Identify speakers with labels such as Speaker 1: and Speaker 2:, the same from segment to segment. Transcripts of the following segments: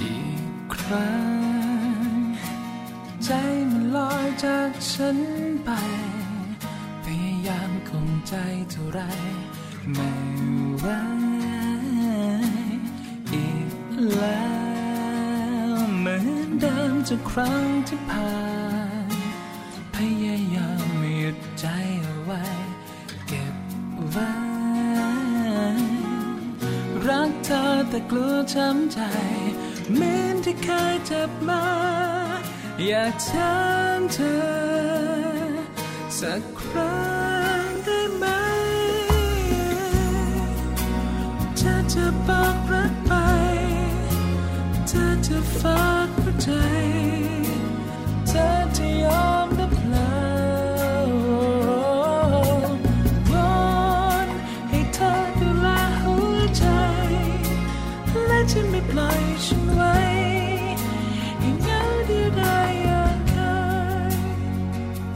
Speaker 1: อีกครั้ง ใจมันลอยจากฉันไป พยายามคงใจเท่าไร ไม่ไหวอีกแล้วเหมือนเดิมจากครั้งที่ผ่าน พยายามไม่หยุดใจเอาไว้ เก็บไว้ รักเธอแต่กลัวช้ำใจเหมือนที่เคยเจ็บมา อยากถามเธอ สักครั้งได้ไหม เธอจะบอกรักไป เธอจะฝากหัวใจ เธอจะยอมรับแล้ววอนให้เธอดูแลหัวใจ และจะไม่ปล่อยฉันไว้ให้เหงาเดียวดายอย่างเคย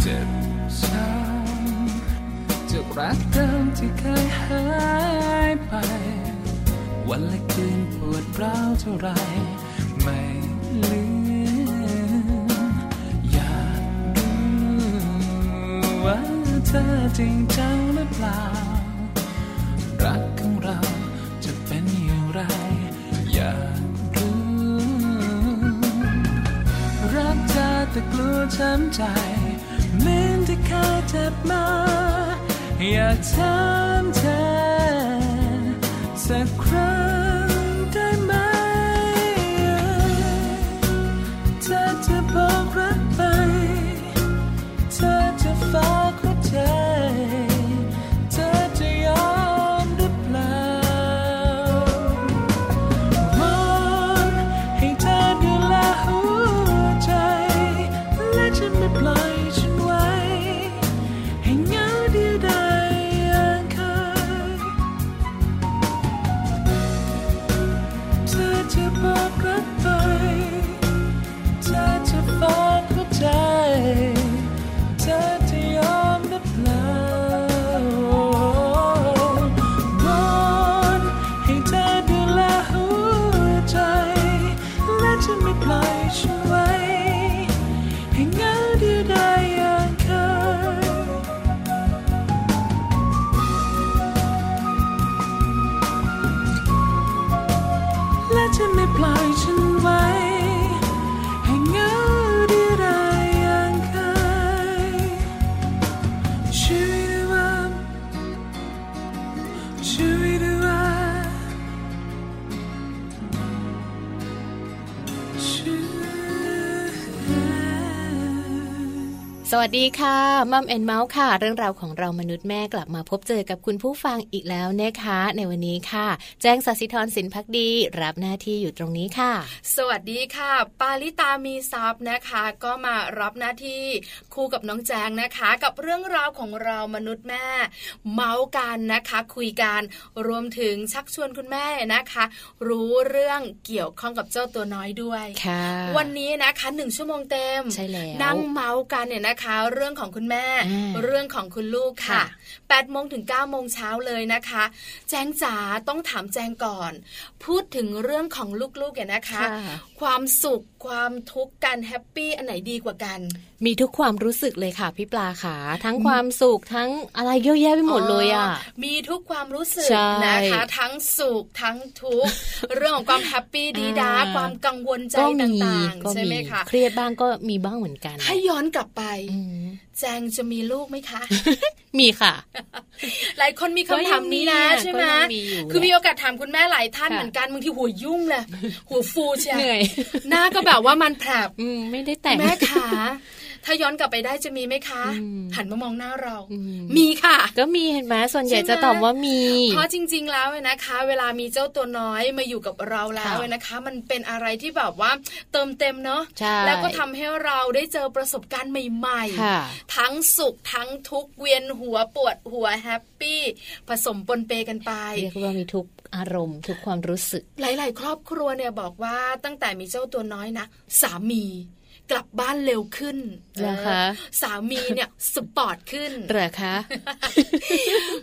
Speaker 1: เจ็บช้ำจากรักเดิมที่เคยหายไป วันและคืนปวดร้าวเท่าไร ไม่ลืม อยากรู้ว่าเธอจริงจังหรือเปล่า รักของเราจะเป็นอย่างไร อยากรู้ รักเธอแต่กลัวช้ำใจเหมือนที่เคยเจ็บมา อยากถามเธอ สักครั้งได้ไหม เธอจะบอกรักไป เธอจะฝากหัวใจ เธอจะยอมหรือเปล่า วอนให้เธอดูแลหัวใจ และจะไม่ปล่อยฉันไว้ ให้เหงาเดียวดายอย่างเคย เธอจะบอกรักไป เธอจะฝากหัวใจ เธอจะยอมหรือเปล่าวอนให้เธอดูแลหัวใจ และจะไม่ปล่อยฉันไว้ ให้เหงาเดียวดายอย่างเคย และจะไม่ปล่อยฉันไว้ ให้เหงาเดียวดายอย่างเคยช่วยด้วยช่วยด้วยช่วย
Speaker 2: สวัสดีค่ะมัมแอนเมาส์ค่ะ เรื่องราวของเรามนุษย์แม่กลับมาพบเจอกับคุณผู้ฟังอีกแล้วนะคะ ในวันนี้ค่ะ แจ้งสัสิธรสินพักดี รับหน้าที่อยู่ตรงนี้ค่ะ
Speaker 3: สวัสดีค่ะ ปาลิตามีซับนะคะ ก็มารับหน้าที่คู่กับน้องแจงนะคะ กับเรื่องราวของเรามนุษย์แม่ เมาส์กันนะคะ คุยกันรวมถึงชักชวนคุณแม่นะคะ รู้เรื่องเกี่ยวข้องกับเจ้าตัวน้อยด้วย
Speaker 2: ค่ะ
Speaker 3: วันนี้นะคะหนึ่งชั่วโมงเต็ม
Speaker 2: ใช่แล้ว
Speaker 3: นั่งเมาส์กันเนี่ยนะคะ เรื่องของคุณแม่
Speaker 2: อ่า
Speaker 3: เรื่องของคุณลูกค่ะ
Speaker 2: ค่ะ
Speaker 3: 8ปดโมงถึง9ก้าโมงเช้าเลยนะคะ แจงจ๋าต้องถามแจงก่อน พูดถึงเรื่องของลูกๆเนี่ยนะคะ ความสุขความทุกข์กันแฮปปี้อันไหนดีกว่ากัน
Speaker 2: มีทุกความรู้สึกเลยค่ะพี่ปลาค่ะ ทั้งความสุขทั้งอะไรเยอะแยะไปหมดเลยอ่ะ
Speaker 3: มีทุกความรู้สึก
Speaker 2: ใช่
Speaker 3: นะคะ ทั้งสุขทั้งทุ กข์ เรื่องของความแฮปปี้ดีดา
Speaker 2: อ่า
Speaker 3: ความกังวลใจ
Speaker 2: ก็
Speaker 3: ต
Speaker 2: มี่
Speaker 3: าง
Speaker 2: ก็
Speaker 3: ๆ ใช่ไหม
Speaker 2: มี
Speaker 3: คะ
Speaker 2: เครียดบ้างก็มีบ้างเหมือนกัน
Speaker 3: ถ้าย้อนกลับไป
Speaker 2: อืม
Speaker 3: แจงจะมีลูกไหมคะ
Speaker 2: มีค่ะ
Speaker 3: หลายคนมีคำถามนี้นะใช่ไหม
Speaker 2: ก็ยังมีอยู่
Speaker 3: คือมี
Speaker 2: แหละ
Speaker 3: โอกาสถามคุณแม่หลายท่าน
Speaker 2: ค่ะ
Speaker 3: เหมือนกันบางทีหัวยุ่งเลยหัวฟูเชียว
Speaker 2: เหนื่อย
Speaker 3: หน้าก็แบบว่ามันแผลบ
Speaker 2: อืมไม่ได้แต่ง
Speaker 3: แม่ขา ถ้าย้อนกลับไปได้จะมีไหมคะ
Speaker 2: อืม
Speaker 3: หันมามองหน้าเรา
Speaker 2: อื
Speaker 3: มีค่ะ
Speaker 2: ก็มีเห็นไหมส่วนใหญ่
Speaker 3: ใช่ไหม
Speaker 2: จะตอบว่ามี
Speaker 3: เพราะจริง ๆ แล้วเนี่ยนะคะ เวลามีเจ้าตัวน้อยมาอยู่กับเราแล้วเนี่ยนะคะ มันเป็นอะไรที่แบบว่าเติมเต็มเนาะ
Speaker 2: ใช่
Speaker 3: แล้วก็ทำให้เราได้เจอประสบการณ์ใหม่
Speaker 2: ค่ะ
Speaker 3: ๆ ทั้งสุขทั้งทุกข์เวียนหัวปวดหัวแฮปปี้ผสมปนเปกันไป
Speaker 2: เรียกว่ามีทุกอารมณ์ ทุกความรู้สึก
Speaker 3: หลาย ๆ ครอบครัวเนี่ยบอกว่าตั้งแต่มีเจ้าตัวน้อยนะสามีกลับบ้านเร็วขึ้น
Speaker 2: เหรอคะ
Speaker 3: เออสามีเนี่ยสปอร์ตขึ้น
Speaker 2: เหรอคะ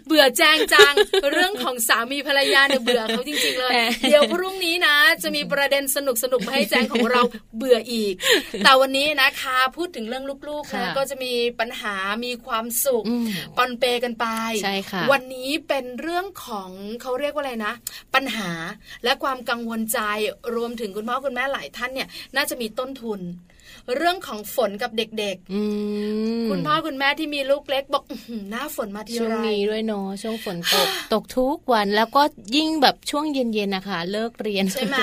Speaker 3: เบื่อแจงจัง เรื่องของสามีภรรยาเนี่ยเบื่อเขาจริง ๆ เล ย
Speaker 2: แหม
Speaker 3: เดี๋ยวพรุ่งนี้นะ จะมีประเด็นสนุกสนุกๆมาให้แจงของเรา เบื่ออีก แต่วันนี้นะคะพูดถึงเรื่องลูกๆนะ
Speaker 2: ค่ะ
Speaker 3: ก็จะมีปัญหามีความสุข
Speaker 2: อืม
Speaker 3: ปอนเปกันไป
Speaker 2: ใช่ค่ะ
Speaker 3: วันนี้เป็นเรื่องของเขาเรียกว่าอะไรนะ ปัญหาและความกังวลใจรวมถึงคุณพ่อคุณแม่หลายท่านเนี่ย น่าจะมีต้นทุน เรื่องของฝนกับเด็ก
Speaker 2: อืม
Speaker 3: ๆ คุณพ่อคุณแม่ที่มีลูกเล็กบอกอื้อหือหน้าฝนมาที
Speaker 2: ช่วง
Speaker 3: ไร
Speaker 2: นี้ด้วยเนาะช่วงฝนตก ตกทุกวันแล้วก็ยิ่งแบบช่วงเย็นๆนะคะ เลิกเรียน
Speaker 3: ใช่ไหม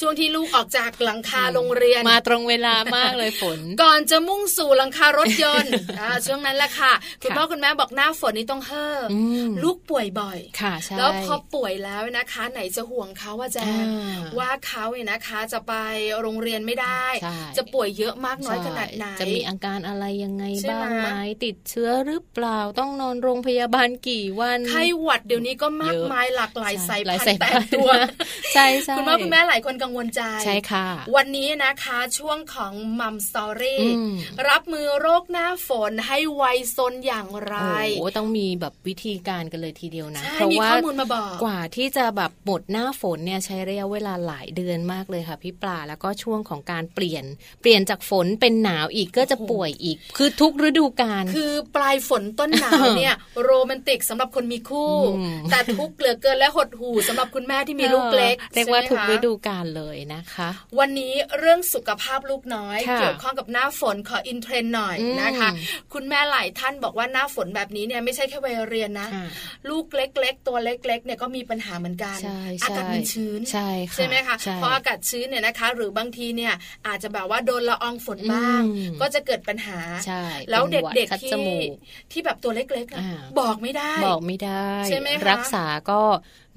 Speaker 3: ช่วงที่ลูกออกจากหลังคาโรงเรียน
Speaker 2: มาตรงเวลามากเลยฝน
Speaker 3: ก่อนจะมุ่งสู่หลังคารถยนต์ อ่าช่วงนั้นแหละค่ะ คุณ
Speaker 2: ค่ะ
Speaker 3: พ่อคุณแม่บอกหน้าฝนนี่ต้องเฮ้ออ
Speaker 2: ม
Speaker 3: ลูกป่วยบ่อย
Speaker 2: ค่ะใช่
Speaker 3: แล้วพอป่วยแล้วนะคะ ไหนจะห่วงเขาว่าแจ
Speaker 2: อ่
Speaker 3: ง
Speaker 2: า
Speaker 3: ว่าเขาเนี่ยนะคะจะไปโรงเรียนไม่ได้
Speaker 2: ใช่
Speaker 3: จะป่วยเยอะมากน้อยขนาดไหน
Speaker 2: ใช่จะมีอาการอะไรยังไง
Speaker 3: ใช่
Speaker 2: บ้าง
Speaker 3: ไหม
Speaker 2: ไหมติดเชื้อหรือเปล่าต้องนอนโรงพยาบาลกี่วัน
Speaker 3: ไข้หวัดเดี๋ยวนี้ก็มาก
Speaker 2: เยอะ
Speaker 3: มายหลากหลายสาย
Speaker 2: หล
Speaker 3: พันธุ์แตกตัว
Speaker 2: ใช่ใช่
Speaker 3: คุณพ่อคุณแม่หลายคนกังวลใจ
Speaker 2: ใช่ค่ะ
Speaker 3: วันนี้นะคะช่วงของมัมสตอรี่
Speaker 2: อืม
Speaker 3: รับมือโรคหน้าฝนให้ไวซนอย่างไร
Speaker 2: โอ้โหต้องมีแบบวิธีการกันเลยทีเดียวนะ
Speaker 3: ใช่
Speaker 2: เพราะ
Speaker 3: มี
Speaker 2: ว่า
Speaker 3: ข้อมูลมาบอก
Speaker 2: กว่าที่จะแบบหมดหน้าฝนเนี่ยใช้ระยะเวลาหลายเดือนมากเลยค่ะพี่ปลาแล้วก็ช่วงของการเปลี่ยน เปลี่ยนจากฝนเป็นหนาวอีกก็จะ
Speaker 3: โอ้โห
Speaker 2: ป่วยอีก คือทุกฤดูกาล
Speaker 3: คือปลายฝนต้นหนาว เนี่ย โรแมนติกสำหรับคนมีคู่
Speaker 2: อืม
Speaker 3: แต่ทุกข์เหลือเกินและหดหู่สำหรับคุณแม่ที่มีลูกเล็ก
Speaker 2: เรียกว่า
Speaker 3: ใช่
Speaker 2: ทุก
Speaker 3: ไหมคะ
Speaker 2: ฤดูกาลเลยนะคะ
Speaker 3: วันนี้เรื่องสุขภาพลูกน้อย
Speaker 2: ค่ะ
Speaker 3: เกี่ยวข้องกับหน้าฝนขออินเทรนด์หน่อย
Speaker 2: อืม
Speaker 3: นะคะ คุณแม่หลายท่านบอกว่าหน้าฝนแบบนี้เนี่ยไม่ใช่แค่วัยเรียนนะ
Speaker 2: อ่า
Speaker 3: ลูกเล็ก ๆ ตัวเล็ก ๆ เนี่ยก็มีปัญหาเหมือนกัน
Speaker 2: ใช่ใช่
Speaker 3: อากาศมันชื้น
Speaker 2: ใช่ค่ะ
Speaker 3: ไหมคะ
Speaker 2: ใช่
Speaker 3: เพราะอากาศชื้นเนี่ยนะคะ หรือบางทีเนี่ยอาจจะแบบว่าโดนละอองฝนบ้าง
Speaker 2: อืม
Speaker 3: ก็จะเกิดปัญหา
Speaker 2: ใช่
Speaker 3: แล้วเ
Speaker 2: ป็นห
Speaker 3: ด็ก
Speaker 2: คั
Speaker 3: ๆ
Speaker 2: จ
Speaker 3: ที่
Speaker 2: มูก
Speaker 3: ที่แบบตัวเล็กๆอะ
Speaker 2: อ่า
Speaker 3: บอกไม่ได้
Speaker 2: บอกไม่ได้
Speaker 3: ใช่ไหมคะ
Speaker 2: รักษาก็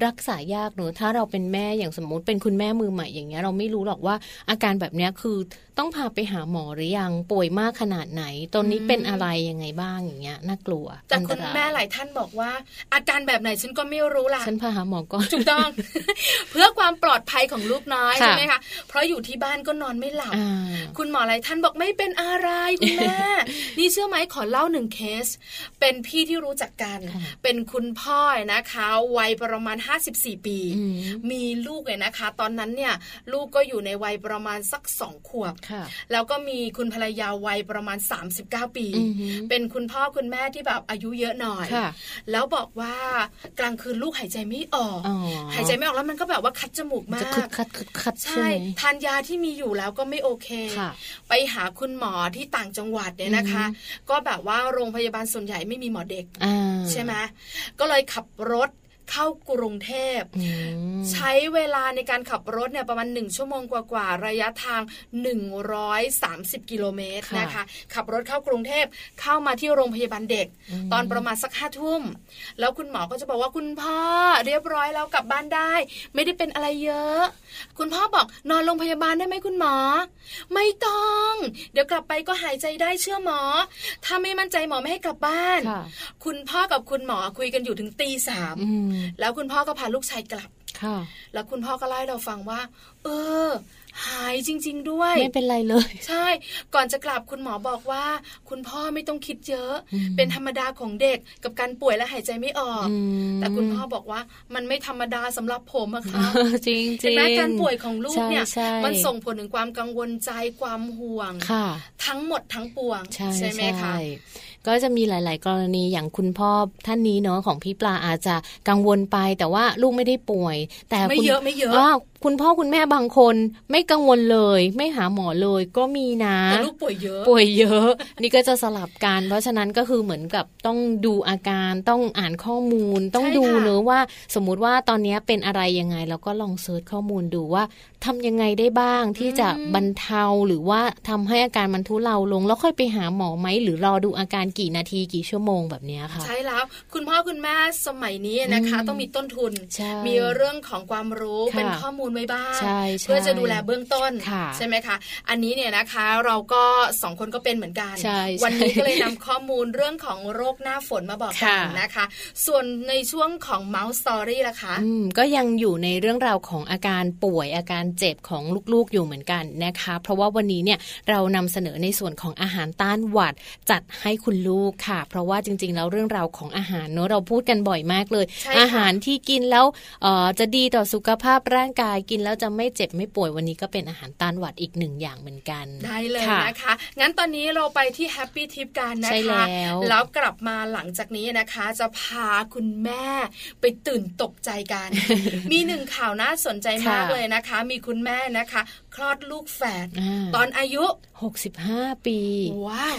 Speaker 2: รักษายากหนูถ้าเราเป็นแม่อย่างสมมติเป็นคุณแม่มือใหม่อย่างเงี้ยเราไม่รู้หรอกว่าอาการแบบเนี้ยคือต้องพาไปหาหมอหรือยังป่วยมากขนาดไหนตอนนี้เป็นอะไรยังไงบ้างอย่างเงี้ยน่ากลัว
Speaker 3: แต่
Speaker 2: อัน
Speaker 3: คุ
Speaker 2: ต
Speaker 3: ณ
Speaker 2: ราย
Speaker 3: แม่หลายท่านบอกว่า อาการแบบไหนฉันก็ไม่รู้ล่ะ
Speaker 2: ฉันพาหาหมอก่อน
Speaker 3: ถูกต้อง เพื่อความปลอดภัยของลูกน้อย
Speaker 2: ค่ะ
Speaker 3: ใช่ไหมคะเพราะอยู่ที่บ้านก็นอนไม่หลับ
Speaker 2: อ่า
Speaker 3: คุณหมอหลายท่านบอกไม่เป็นอะไรคุณแม่ นี่เชื่อไหมขอเล่าหนึ่งเคส เป็นพี่ที่รู้จักกัน
Speaker 2: ค่ะ
Speaker 3: เป็นคุณพ่อนะคะวัยประมาณ 54 ปี
Speaker 2: อืม
Speaker 3: มีลูกเลยนะคะ ตอนนั้นเนี่ยลูกก็อยู่ในวัยประมาณสักสองขวบ
Speaker 2: ค่ะ
Speaker 3: แล้วก็มีคุณภรรยาวัยประมาณ 39 ปี
Speaker 2: อือหือ
Speaker 3: เป็นคุณพ่อคุณแม่ที่แบบอายุเยอะหน่อย
Speaker 2: ค่ะ
Speaker 3: แล้วบอกว่ากลางคืนลูกหายใจไม่ออก
Speaker 2: อ๋อ
Speaker 3: หายใจไม่ออกแล้วมันก็แบบว่าคัดจมูกมา
Speaker 2: จะคึด
Speaker 3: ก
Speaker 2: คัดคึดคัดใช่
Speaker 3: ใช่
Speaker 2: ไหม
Speaker 3: ทานยาที่มีอยู่แล้วก็ไม่โอเค
Speaker 2: ค่ะ
Speaker 3: ไปหาคุณหมอที่ต่างจังหวัดเนี่ยนะคะ ก็แบบว่าโรงพยาบาลส่วนใหญ่ไม่มีหมอเด็ก
Speaker 2: อ่า
Speaker 3: ใช่ไหมก็เลยขับรถเข้ากรุงเทพ
Speaker 2: อืม
Speaker 3: ใช้เวลาในการขับรถเนี่ยประมาณ 1 ชั่วโมงกว่าๆระยะทาง 130 กิโลเมตร
Speaker 2: ค่ะ
Speaker 3: นะคะ ขับรถเข้ากรุงเทพเข้ามาที่โรงพยาบาลเด็ก
Speaker 2: อืม
Speaker 3: ตอนประมาณสักห้าทุ่ม แล้วคุณหมอก็จะบอกว่าคุณพ่อเรียบร้อยแล้วกลับบ้านได้ ไม่ได้เป็นอะไรเยอะ คุณพ่อบอกนอนโรงพยาบาลได้ไหมคุณหมอ ไม่ต้อง เดี๋ยวกลับไปก็หายใจได้เชื่อหมอ ถ้าไม่มั่นใจหมอไม่ให้กลับบ้าน
Speaker 2: ค่ะ
Speaker 3: คุณพ่อกับคุณหมอคุยกันอยู่ถึงตีสาม
Speaker 2: อืม
Speaker 3: แล้วคุณพ่อก็พาลูกชายกลับ
Speaker 2: ค่ะ
Speaker 3: แล้วคุณพ่อก็เล่าให้เราฟังว่า เออ หายจริง ๆ ด้วย
Speaker 2: ไม่เป็นไรเลย
Speaker 3: ใช่ ก่อนจะกลับคุณหมอบอกว่า คุณพ่อไม่ต้องคิดเยอะ
Speaker 2: อืม
Speaker 3: เป็นธรรมดาของเด็กกับการป่วยและหายใจไม่ออก
Speaker 2: อืม
Speaker 3: แต่คุณพ่อบอกว่ามันไม่ธรรมดาสำหรับผมอะครับ
Speaker 2: จริงจ
Speaker 3: เห็
Speaker 2: ริง
Speaker 3: นไหมการป่วยของลูกเนี่ย
Speaker 2: ใช่ใช่
Speaker 3: มันส่งผลถึงความกังวลใจความห่วง
Speaker 2: ค่ะ
Speaker 3: ทั้งหมดทั้งปวง
Speaker 2: ใช่
Speaker 3: ไหมคะ
Speaker 2: ใช่ก็จะมีหลาย ๆ กรณีอย่างคุณพ่อท่านนี้เนาะของพี่ปลาอาจจะกังวลไป แต่ว่าลูกไม่ได้ป่วย แต่
Speaker 3: ไม่
Speaker 2: คุณ
Speaker 3: เยอะไม่เยอะ
Speaker 2: ว่า คุณพ่อคุณแม่บางคนไม่กังวลเลย ไม่หาหมอเลยก็มีนะ
Speaker 3: แต่ลูกป่วยเยอะ
Speaker 2: ป่วยเยอะ นี่ก็จะสลับกัน เพราะฉะนั้นก็คือเหมือนกับต้องดูอาการต้องอ่านข้อมูล ต้อง
Speaker 3: ใช่
Speaker 2: ดู
Speaker 3: ค่ะ
Speaker 2: เนอะว่า สมมุติว่าตอนนี้เป็นอะไรยังไงแล้วก็ลองเซิร์ชข้อมูลดูว่าทำยังไงได้บ้างที่จะ
Speaker 3: อืม
Speaker 2: บรรเทาหรือว่าทำให้อาการมันทุเลาลง แล้วค่อยไปหาหมอไหมหรือรอดูอาการกี่นาทีกี่ชั่วโมงแบบเนี้ยค่ะ
Speaker 3: ใช่แล้วคุณพ่อคุณแม่สมัยนี้นะคะ
Speaker 2: อืม
Speaker 3: ต้องมีต้นทุน
Speaker 2: ใช่
Speaker 3: มีเรื่องของความรู้
Speaker 2: ค่ะ
Speaker 3: เป็นข้อมูลไว้บ้าง
Speaker 2: ใช่ใช่
Speaker 3: เพื่อจะดูแลเบื้องต้น
Speaker 2: ค่ะ
Speaker 3: ใช่ไหมคะอันนี้เนี่ยนะคะเราก็สองคนก็เป็นเหมือนกัน
Speaker 2: ใช่ใช่
Speaker 3: วันนี้ก็เลยนำข้อมูลเรื่องของโรคหน้าฝนมาบอกกั
Speaker 2: ค่ะ
Speaker 3: นนะคะ ส่วนในช่วงของ Mouse Story ล่ะคะ
Speaker 2: อืมก็ยังอยู่ในเรื่องราวของอาการป่วยอาการเจ็บของลูกๆอยู่เหมือนกันนะคะ เพราะว่าวันนี้เนี่ยเรานำเสนอในส่วนของอาหารต้านหวัดจัดให้คุณลูกค่ะ เพราะว่าจริงๆ แล้วเรื่องราวของอาหารเนอะเราพูดกันบ่อยมากเลย
Speaker 3: ใช่ค่ะ
Speaker 2: อาหารที่กินแล้วเอ่อจะดีต่อสุขภาพร่างกายกินแล้วจะไม่เจ็บไม่ป่วยวันนี้ก็เป็นอาหารต้านหวัดอีกหนึ่งอย่างเหมือนกัน
Speaker 3: ได้เลย
Speaker 2: ค่ะ
Speaker 3: นะคะ งั้นตอนนี้เราไปที่แฮปปี้ทิปกันนะ
Speaker 2: ใช่แล้
Speaker 3: คะ
Speaker 2: ว
Speaker 3: แล้วกลับมาหลังจากนี้นะคะ จะพาคุณแม่ไปตื่นตกใจกัน มีหนึ่งข่าวน่าสนใจมากเลยนะคะ มีคุณแม่นะคะ คลอดลูกแฝดตอนอายุ
Speaker 2: หกสิบห้า65 ปี
Speaker 3: ว้าว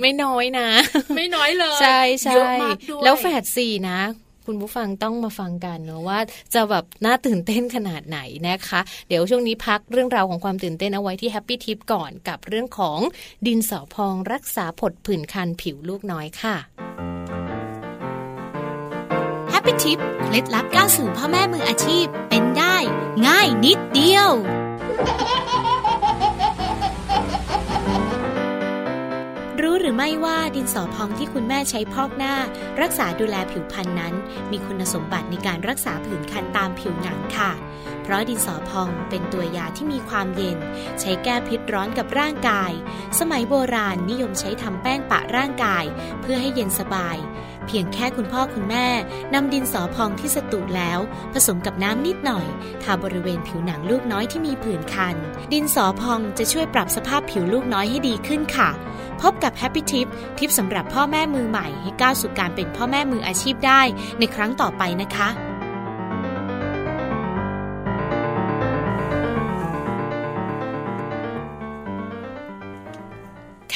Speaker 2: ไม่น้อยนะ
Speaker 3: ไม่น้อยเลย
Speaker 2: ใช่ใช่
Speaker 3: เยอะมากด้วย
Speaker 2: แล้วแฝดสี่นะ คุณผู้ฟังต้องมาฟังกันเนอะว่าจะแบบน่าตื่นเต้นขนาดไหนนะคะ เดี๋ยวช่วงนี้พักเรื่องราวของความตื่นเต้นเอาไว้ที่แฮปปี้ทิปก่อนกับเรื่องของดินสอพองรักษาผดผื่นคันผิวลูกน้อยค่ะ
Speaker 4: แฮปปี้ทิปเคล็ดลับก้าวสู่พ่อแม่มืออาชีพเป็นได้ ง่ายนิดเดียว รู้หรือไม่ว่าดินสอพองที่คุณแม่ใช้พอกหน้า รักษาดูแลผิวพรรณนั้น มีคุณสมบัติในการรักษาผื่นคันตามผิวหนังค่ะ เพราะดินสอพองเป็นตัวยาที่มีความเย็น ใช้แก้พิษร้อนกับร่างกาย สมัยโบราณนิยมใช้ทำแป้งปะร่างกาย เพื่อให้เย็นสบาย เพียงแค่คุณพ่อคุณแม่นำดินสอพองที่สตูแล้ว ผสมกับน้ำนิดหน่อยทาบริเวณผิวหนังลูกน้อยที่มีผื่นคัน ดินสอพองจะช่วยปรับสภาพผิวลูกน้อยให้ดีขึ้นค่ะ พบกับแฮปปี้ทิปทิปสำหรับพ่อแม่มือใหม่ให้ก้าวสู่การเป็นพ่อแม่มืออาชีพได้ในครั้งต่อไปนะคะ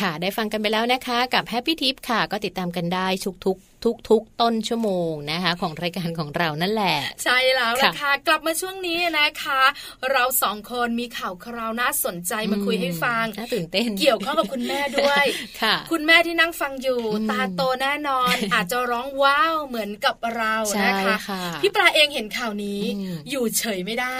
Speaker 2: ค่ะ ได้ฟังกันไปแล้วนะคะ กับแฮปปี้ทิปค่ะ ก็ติดตามกันได้ทุกทุกทุกทุกๆต้นชั่วโมงนะคะ ของรายการของเรานั่นแหละ
Speaker 3: ใช่แล้วล่ะค่ะ
Speaker 2: ค่ะ
Speaker 3: กลับมาช่วงนี้นะคะ เราสองคนมีข่าวคราวน่าสนใจมาคุยให้ฟัง
Speaker 2: น่าตื่นเต้น
Speaker 3: เกี่ยวข้องกับคุณแม่ด้วย
Speaker 2: ค่ะ
Speaker 3: คุณแม่ที่นั่งฟังอยู่
Speaker 2: อืม
Speaker 3: ตาโตแน่นอน อาจจะร้องว้าวเหมือนกับเรา
Speaker 2: ใช่
Speaker 3: นะคะ
Speaker 2: ค่ะ
Speaker 3: พี่ปลาเองเห็นข่าวนี้
Speaker 2: อืม
Speaker 3: อยู่เฉยไม่ได้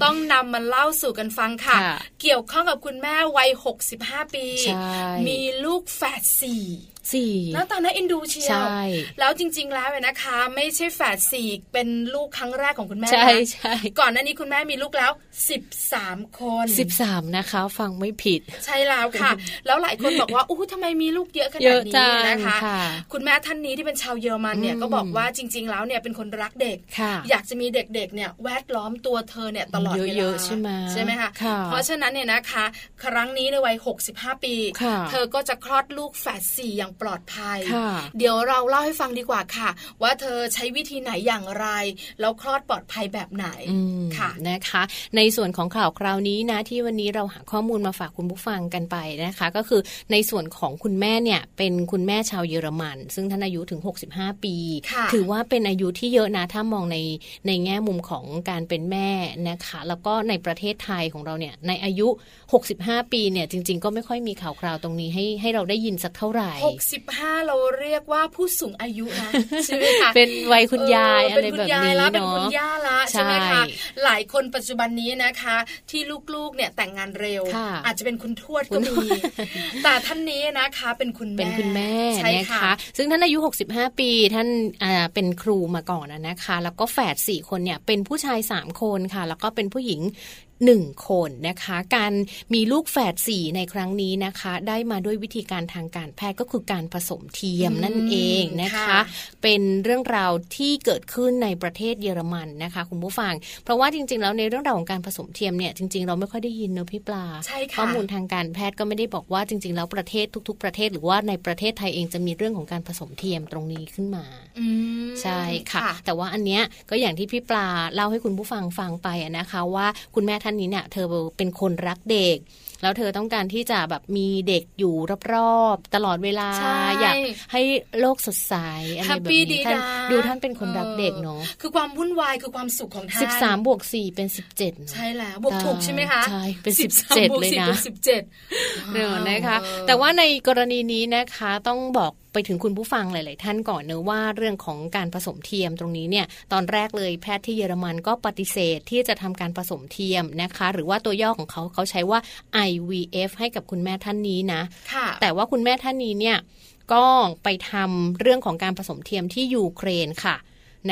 Speaker 3: ต้องนำมาเล่าสู่กันฟังค่ะ
Speaker 2: ค่ะ
Speaker 3: เกี่ยวข้องกับคุณแม่วัย 65 ปี
Speaker 2: ใช่
Speaker 3: มีลูกแฝดสี่
Speaker 2: สี่
Speaker 3: หน้าตาน่าเอ็นดูเชียว
Speaker 2: ใช่
Speaker 3: แล้วจริง ๆ แล้วเนี่ยนะคะ ไม่ใช่แฝดสี่เป็นลูกครั้งแรกของคุณแม่
Speaker 2: ใช่
Speaker 3: นะ
Speaker 2: ใช่
Speaker 3: ก่อนหน้านี้คุณแม่มีลูกแล้ว 13 คน
Speaker 2: สิบสามนะคะ ฟังไม่ผิด
Speaker 3: ใช่แล้ว ค่ะ แล้วหลายคนบอกว่า อู้ทำไมมีลูกเยอะข
Speaker 2: เย
Speaker 3: นาด
Speaker 2: อะจั
Speaker 3: นี้
Speaker 2: ง
Speaker 3: นะคะ
Speaker 2: ค่ะ
Speaker 3: คุณแม่ท่านนี้ที่เป็นชาวเยอรมันเนี่ย
Speaker 2: อืม
Speaker 3: ก็บอกว่าจริง ๆ แล้วเนี่ยเป็นคนรักเด็ก
Speaker 2: ค่ะ
Speaker 3: อยากจะมีเด็กๆเนี่ยแวดล้อมตัวเธอเนี่ยตลอดเวลา
Speaker 2: เยอะๆใช่ไหม
Speaker 3: ใช่ไหมคะ
Speaker 2: ค่ะ
Speaker 3: เพราะฉะนั้นเนี่ยนะคะ ครั้งนี้ในวัย 65 ปี
Speaker 2: ค่ะ
Speaker 3: เธอก็จะคลอดลูกแฝดสี่อย่างปลอดภัย
Speaker 2: ค่ะ
Speaker 3: เดี๋ยวเราเล่าให้ฟังดีกว่าค่ะ ว่าเธอใช้วิธีไหนอย่างไร แล้วคลอดปลอดภัยแบบไหนค่ะ
Speaker 2: นะคะ ในส่วนของข่าวคราวนี้นะที่วันนี้เราหาข้อมูลมาฝากคุณผู้ฟังกันไปนะคะ ก็คือในส่วนของคุณแม่เนี่ยเป็นคุณแม่ชาวเยอรมัน ซึ่งท่านอายุถึง 65 ปี
Speaker 3: ค่ะ
Speaker 2: ถือว่าเป็นอายุที่เยอะนะถ้ามองในในแง่มุมของการเป็นแม่นะคะ แล้วก็ในประเทศไทยของเราเนี่ยในอายุ 65 ปีเนี่ยจริง ๆ ก็ไม่ค่อยมีข่าวคราวตรงนี้ให้ให้เราได้ยินสักเท่าไหร่
Speaker 3: 65 เราเรียกว่าผู้สูงอายุนะ ใช่ไหมคะ
Speaker 2: เป็นวัยคุณยาย
Speaker 3: เ
Speaker 2: อะไรแบบนี้
Speaker 3: เป็นคุณยายละเป็นคุณ
Speaker 2: เนาะ
Speaker 3: ย่าละ
Speaker 2: ใช่
Speaker 3: ใช่ไหมคะหลายคนปัจจุบันนี้นะคะ ที่ลูกๆเนี่ยแต่งงานเร็ว
Speaker 2: ค่ะ
Speaker 3: อาจจะเป็นคุณทวด
Speaker 2: คุ
Speaker 3: ก็
Speaker 2: ณ
Speaker 3: มีแต่ท่านนี้นะคะเป็นคุณแม่
Speaker 2: เป็นคุณแม่
Speaker 3: ใช่
Speaker 2: นะ
Speaker 3: ค่ะ
Speaker 2: คะ ซึ่งท่านอายุ 65 ปี ท่านอ่าเป็นครูมาก่อนอะนะคะ แล้วก็แฝด4คนเนี่ยเป็นผู้ชาย 3 คนค่ะ แล้วก็เป็นผู้หญิง หนึ่งคนนะคะ การมีลูกแฝดสี่ในครั้งนี้นะคะ ได้มาด้วยวิธีการทางการแพทย์ก็คือการผสมเทียมนั่นเองนะคะ
Speaker 3: ค่ะ
Speaker 2: เป็นเรื่องราวที่เกิดขึ้นในประเทศเยอรมันนะคะ คุณผู้ฟัง เพราะว่าจริง ๆ แล้วในเรื่องราวของการผสมเทียมเนี่ยจริง ๆ เราไม่ค่อยได้ยินเนอะพี่ปลา
Speaker 3: ใช่ค่ะ
Speaker 2: ข้อมูลทางการแพทย์ก็ไม่ได้บอกว่าจริง ๆ แล้วประเทศทุก ๆ ประเทศ หรือว่าในประเทศไทยเองจะมีเรื่องของการผสมเทียมตรงนี้ขึ้นมา
Speaker 3: อืม
Speaker 2: ใช่ค่ะ แต่ว่าอันเนี้ยก็อย่างที่พี่ปลาเล่าให้คุณผู้ฟังฟังไปอะนะคะ ว่าคุณแม่ท่านนี้เนี่ยเธอเป็นคนรักเด็ก แล้วเธอต้องการที่จะแบบมีเด็กอยู่รอบๆตลอดเวลา
Speaker 3: ใช่
Speaker 2: อยากให้โลกสดใสอะไรแบบ
Speaker 3: Happy ดี
Speaker 2: นี้ท่าน
Speaker 3: นะ
Speaker 2: ดูท่านเป็นคนรักเด็กเนาะ
Speaker 3: คือความวุ่นวายคือความสุขของท่าน
Speaker 2: 13บวก4เป็น 17เนอะ
Speaker 3: ใช่แล้วบวกถูกใช่ไหมคะ
Speaker 2: ใช่เป็น
Speaker 3: 13
Speaker 2: 17
Speaker 3: บวก
Speaker 2: เลย
Speaker 3: สี่
Speaker 2: นะ
Speaker 3: เป็นสิบเจ็ด
Speaker 2: เนอะนะคะ แต่ว่าในกรณีนี้นะคะต้องบอกไปถึงคุณผู้ฟังหลาย ๆ ท่านก่อนเนอะว่าเรื่องของการผสมเทียมตรงนี้เนี่ยตอนแรกเลยแพทย์ที่เยอรมันก็ปฏิเสธที่จะทำการผสมเทียมนะคะ หรือว่าตัวย่อของเขาเขาใช้ว่า IVF ให้กับคุณแม่ท่านนี้นะ
Speaker 3: ค่ะ
Speaker 2: แต่ว่าคุณแม่ท่านนี้เนี่ยก็ไปทำเรื่องของการผสมเทียมที่ยูเครนค่ะ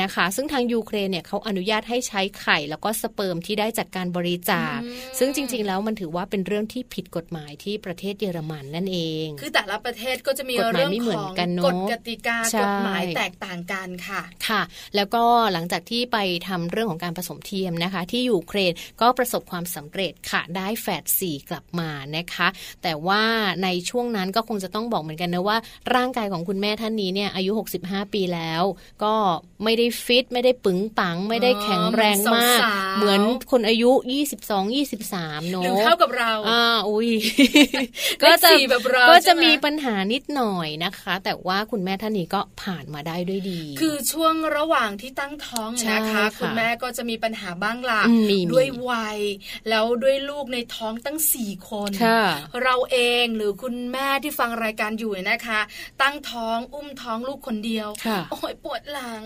Speaker 2: นะคะ ซึ่งทางยูเครนเนี่ยเขาอนุญาตให้ใช้ไข่ แล้วก็สเปิร์มที่ได้จากการบริจาค
Speaker 3: อืม
Speaker 2: ซึ่งจริง ๆ แล้วมันถือว่าเป็นเรื่องที่ผิดกฎหมายที่ประเทศเยอรมันนั่นเอง
Speaker 3: คือแต่ละประเทศก็จะมี
Speaker 2: กฎหมาย
Speaker 3: เรื่อง
Speaker 2: ไม่เหมื
Speaker 3: ข
Speaker 2: อน
Speaker 3: อง
Speaker 2: กันเนอะ
Speaker 3: กฎกติกา
Speaker 2: ใช่
Speaker 3: กฎหมายแตกต่างกันค่ะ
Speaker 2: ค่ะ แล้วก็หลังจากที่ไปทำเรื่องของการผสมเทียมนะคะ ที่ยูเครนก็ประสบความสำเร็จค่ะได้แฝดสี่กลับมานะคะ แต่ว่าในช่วงนั้นก็คงจะต้องบอกเหมือนกันนะว่า ร่างกายของคุณแม่ท่านนี้เนี่ยอายุ 65 ปีแล้ว ก็ไม่ได้ฟิต ไม่ได้ปึงปัง ไม่ได้แข็งแรงมาก
Speaker 3: อ๋อเห
Speaker 2: เห
Speaker 3: มื
Speaker 2: มื
Speaker 3: อ
Speaker 2: อนน
Speaker 3: สาว
Speaker 2: คนอายุ 22 23เน
Speaker 3: ห
Speaker 2: อะ
Speaker 3: รือเท่ากับเรา
Speaker 2: อ่าอุ้ย
Speaker 3: เลขสี่แบบเรา
Speaker 2: ก็
Speaker 3: ใช่
Speaker 2: จะ
Speaker 3: ไหม
Speaker 2: มีปัญหานิดหน่อยนะคะ แต่ว่าคุณแม่ท่านนี้ก็ผ่านมาได้ด้วยดี
Speaker 3: คือช่วงระหว่างที่ตั้งท้อง
Speaker 2: ใช่
Speaker 3: นะคะ
Speaker 2: ค่ะ
Speaker 3: คุณแม่ก็จะมีปัญหาบ้างล่ะ
Speaker 2: อืมมีมี
Speaker 3: ด้วยวัย แล้วด้วยลูกในท้องตั้งสี่คน
Speaker 2: ค่ะ
Speaker 3: เราเองหรือคุณแม่ที่ฟังรายการอยู่เนี่ยนะคะ ตั้งท้องอุ้มท้องลูกคนเดียว
Speaker 2: ค่ะ
Speaker 3: โอ้ยปวดหลั ง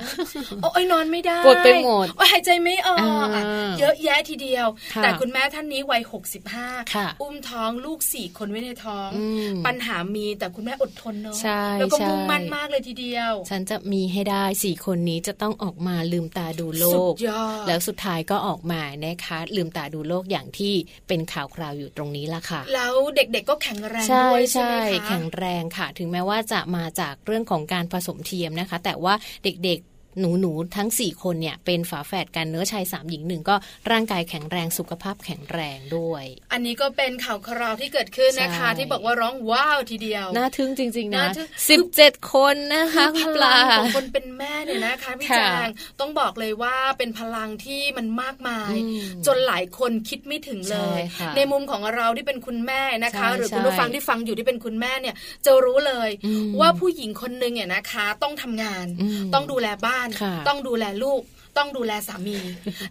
Speaker 3: โอ้ยนอนไม่ได้
Speaker 2: ปวดไปหมด
Speaker 3: โอ้ยหายใจไม่ออกอ่ะ
Speaker 2: อ่า
Speaker 3: เยอะแยะทีเดียว
Speaker 2: ค่ะ
Speaker 3: แต่คุณแม่ท่านนี้วัย 65
Speaker 2: ค่ะ
Speaker 3: อุ้มท้องลูกสี่คนไว้ในท้อง
Speaker 2: อืม
Speaker 3: ปัญหามีแต่คุณแม่อดทนเนาะ
Speaker 2: ใช่
Speaker 3: แล้วก็
Speaker 2: ใช่
Speaker 3: มุ่งมั่นมากเลยทีเดียว
Speaker 2: ฉันจะมีให้ได้สี่คนนี้จะต้องออกมาลืมตาดูโลก
Speaker 3: สุดยอด
Speaker 2: แล้วสุดท้ายก็ออกมานะคะ ลืมตาดูโลกอย่างที่เป็นข่าวคราวอยู่ตรงนี้ละค่ะ
Speaker 3: แล้วเด็กๆก็แข็งแรง
Speaker 2: ใช่
Speaker 3: ด้วยใช่
Speaker 2: ใช่
Speaker 3: ไหมคะ
Speaker 2: แข็งแรงค่ะ ถึงแม้ว่าจะมาจากเรื่องของการผสมเทียมนะคะ แต่ว่าเด็กๆ หนูหนูๆทั้ง 4 คนเนี่ย เป็นฝาแฝดกันเนื้อชาย 3 หญิงหนึ่งก็ร่างกายแข็งแรงสุขภาพแข็งแรงด้วย
Speaker 3: อันนี้ก็เป็นข่าวคราวที่เกิดขึ้นนะคะ
Speaker 2: ใช่
Speaker 3: ที่บอกว่าร้องว้าวทีเดียว
Speaker 2: น่าทึ่งจริง ๆ นะ
Speaker 3: น่าทึ่ง
Speaker 2: 17 คนนะคะ
Speaker 3: พ
Speaker 2: คุณป
Speaker 3: ลั
Speaker 2: ลา
Speaker 3: งของคนเป็นแม่เนี่ยนะคะพี่
Speaker 2: ค่ะ
Speaker 3: จางต้องบอกเลยว่าเป็นพลังที่มันมากมาย
Speaker 2: อืม
Speaker 3: จนหลายคนคิดไม่ถึงเลย
Speaker 2: ใช่ค่ะ
Speaker 3: ในมุมของเราที่เป็นคุณแม่นะคะ
Speaker 2: ใช่
Speaker 3: หรือ
Speaker 2: ใช่
Speaker 3: คุณผู้ฟังที่ฟังอยู่ที่เป็นคุณแม่เนี่ย จะรู้เลย
Speaker 2: อืม
Speaker 3: ว่าผู้หญิงคนนึงเนี่ยนะคะ ต้องทำงาน
Speaker 2: อืม
Speaker 3: ต้องดูแลบ้าน
Speaker 2: ค่ะ
Speaker 3: ต้องดูแลลูก ต้องดูแลสามี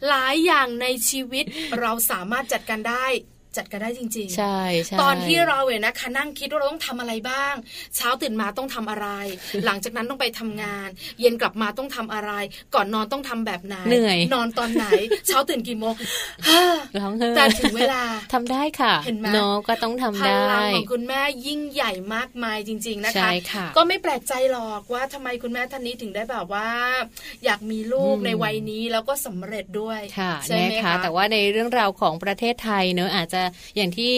Speaker 3: หลายอย่างในชีวิตเราสามารถจัดการได้จัดการได้จริง ๆ
Speaker 2: ใช่ใช่
Speaker 3: ตอนที่เราเนี่ยนะคะนั่งคิดว่าเราต้องทำอะไรบ้าง เช้าตื่นมาต้องทำอะไร หลังจากนั้นต้องไปทำงาน เย็นกลับมาต้องทำอะไร ก่อนนอนต้องทำแบบไหน
Speaker 2: เหนื่อย
Speaker 3: นอนตอนไหน เช้าตื่นกี่โมง
Speaker 2: ร้องเฮ้
Speaker 3: แต่ถึงเวลา
Speaker 2: ทำได้ค่ะ
Speaker 3: เห็นไหม
Speaker 2: เนาะก็ต้อง ทำ
Speaker 3: พ
Speaker 2: ได้
Speaker 3: ลังของคุณแม่ยิ่งใหญ่มากมายจริง ๆนะคะ
Speaker 2: ใช่ค่ะ
Speaker 3: ก็ไม่แปลกใจหรอกว่าทำไมคุณแม่ท่านนี้ถึงได้แบบว่า อยากมีลูก
Speaker 2: อืม
Speaker 3: ในวัยนี้แล้วก็สำเร็จด้วย
Speaker 2: ค่ะ
Speaker 3: ใช่
Speaker 2: นะ
Speaker 3: ไหม
Speaker 2: คะ
Speaker 3: คะ
Speaker 2: แต่ว่าในเรื่องราวของประเทศไทยเนอะอาจจะอย่างที่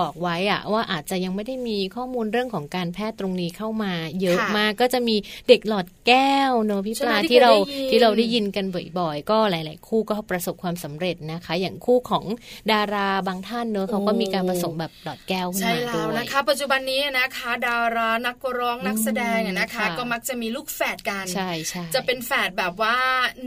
Speaker 2: บอกไว้อะว่าอาจจะยังไม่ได้มีข้อมูลเรื่องของการแพทย์ตรงนี้เข้ามา เยอะ
Speaker 3: ค่ะ
Speaker 2: มากก็จะมีเด็กหลอดแก้วเนอะพี่
Speaker 3: ใช่
Speaker 2: ป
Speaker 3: ไหม
Speaker 2: ลา
Speaker 3: ที่
Speaker 2: ที่เรา
Speaker 3: เคยได้ยิน
Speaker 2: ที่เราได้ยินกันบ่อยๆ ก็หลาย ๆ คู่ก็ประสบความสำเร็จนะคะ อย่างคู่ของดาราบางท่านเนอะเขาก็มีการผสมแบบหลอดแก้วขึ้น
Speaker 3: ใช่
Speaker 2: มา
Speaker 3: แล้
Speaker 2: ด้
Speaker 3: ว
Speaker 2: วย
Speaker 3: นะคะ ปัจจุบันนี้นะคะ ดารานักร้องนักแสดงเนี่ยนะคะ
Speaker 2: ค่ะ
Speaker 3: ก็มักจะมีลูกแฝดกัน
Speaker 2: ใช่ใช่
Speaker 3: จะเป็นแฝดแบบว่า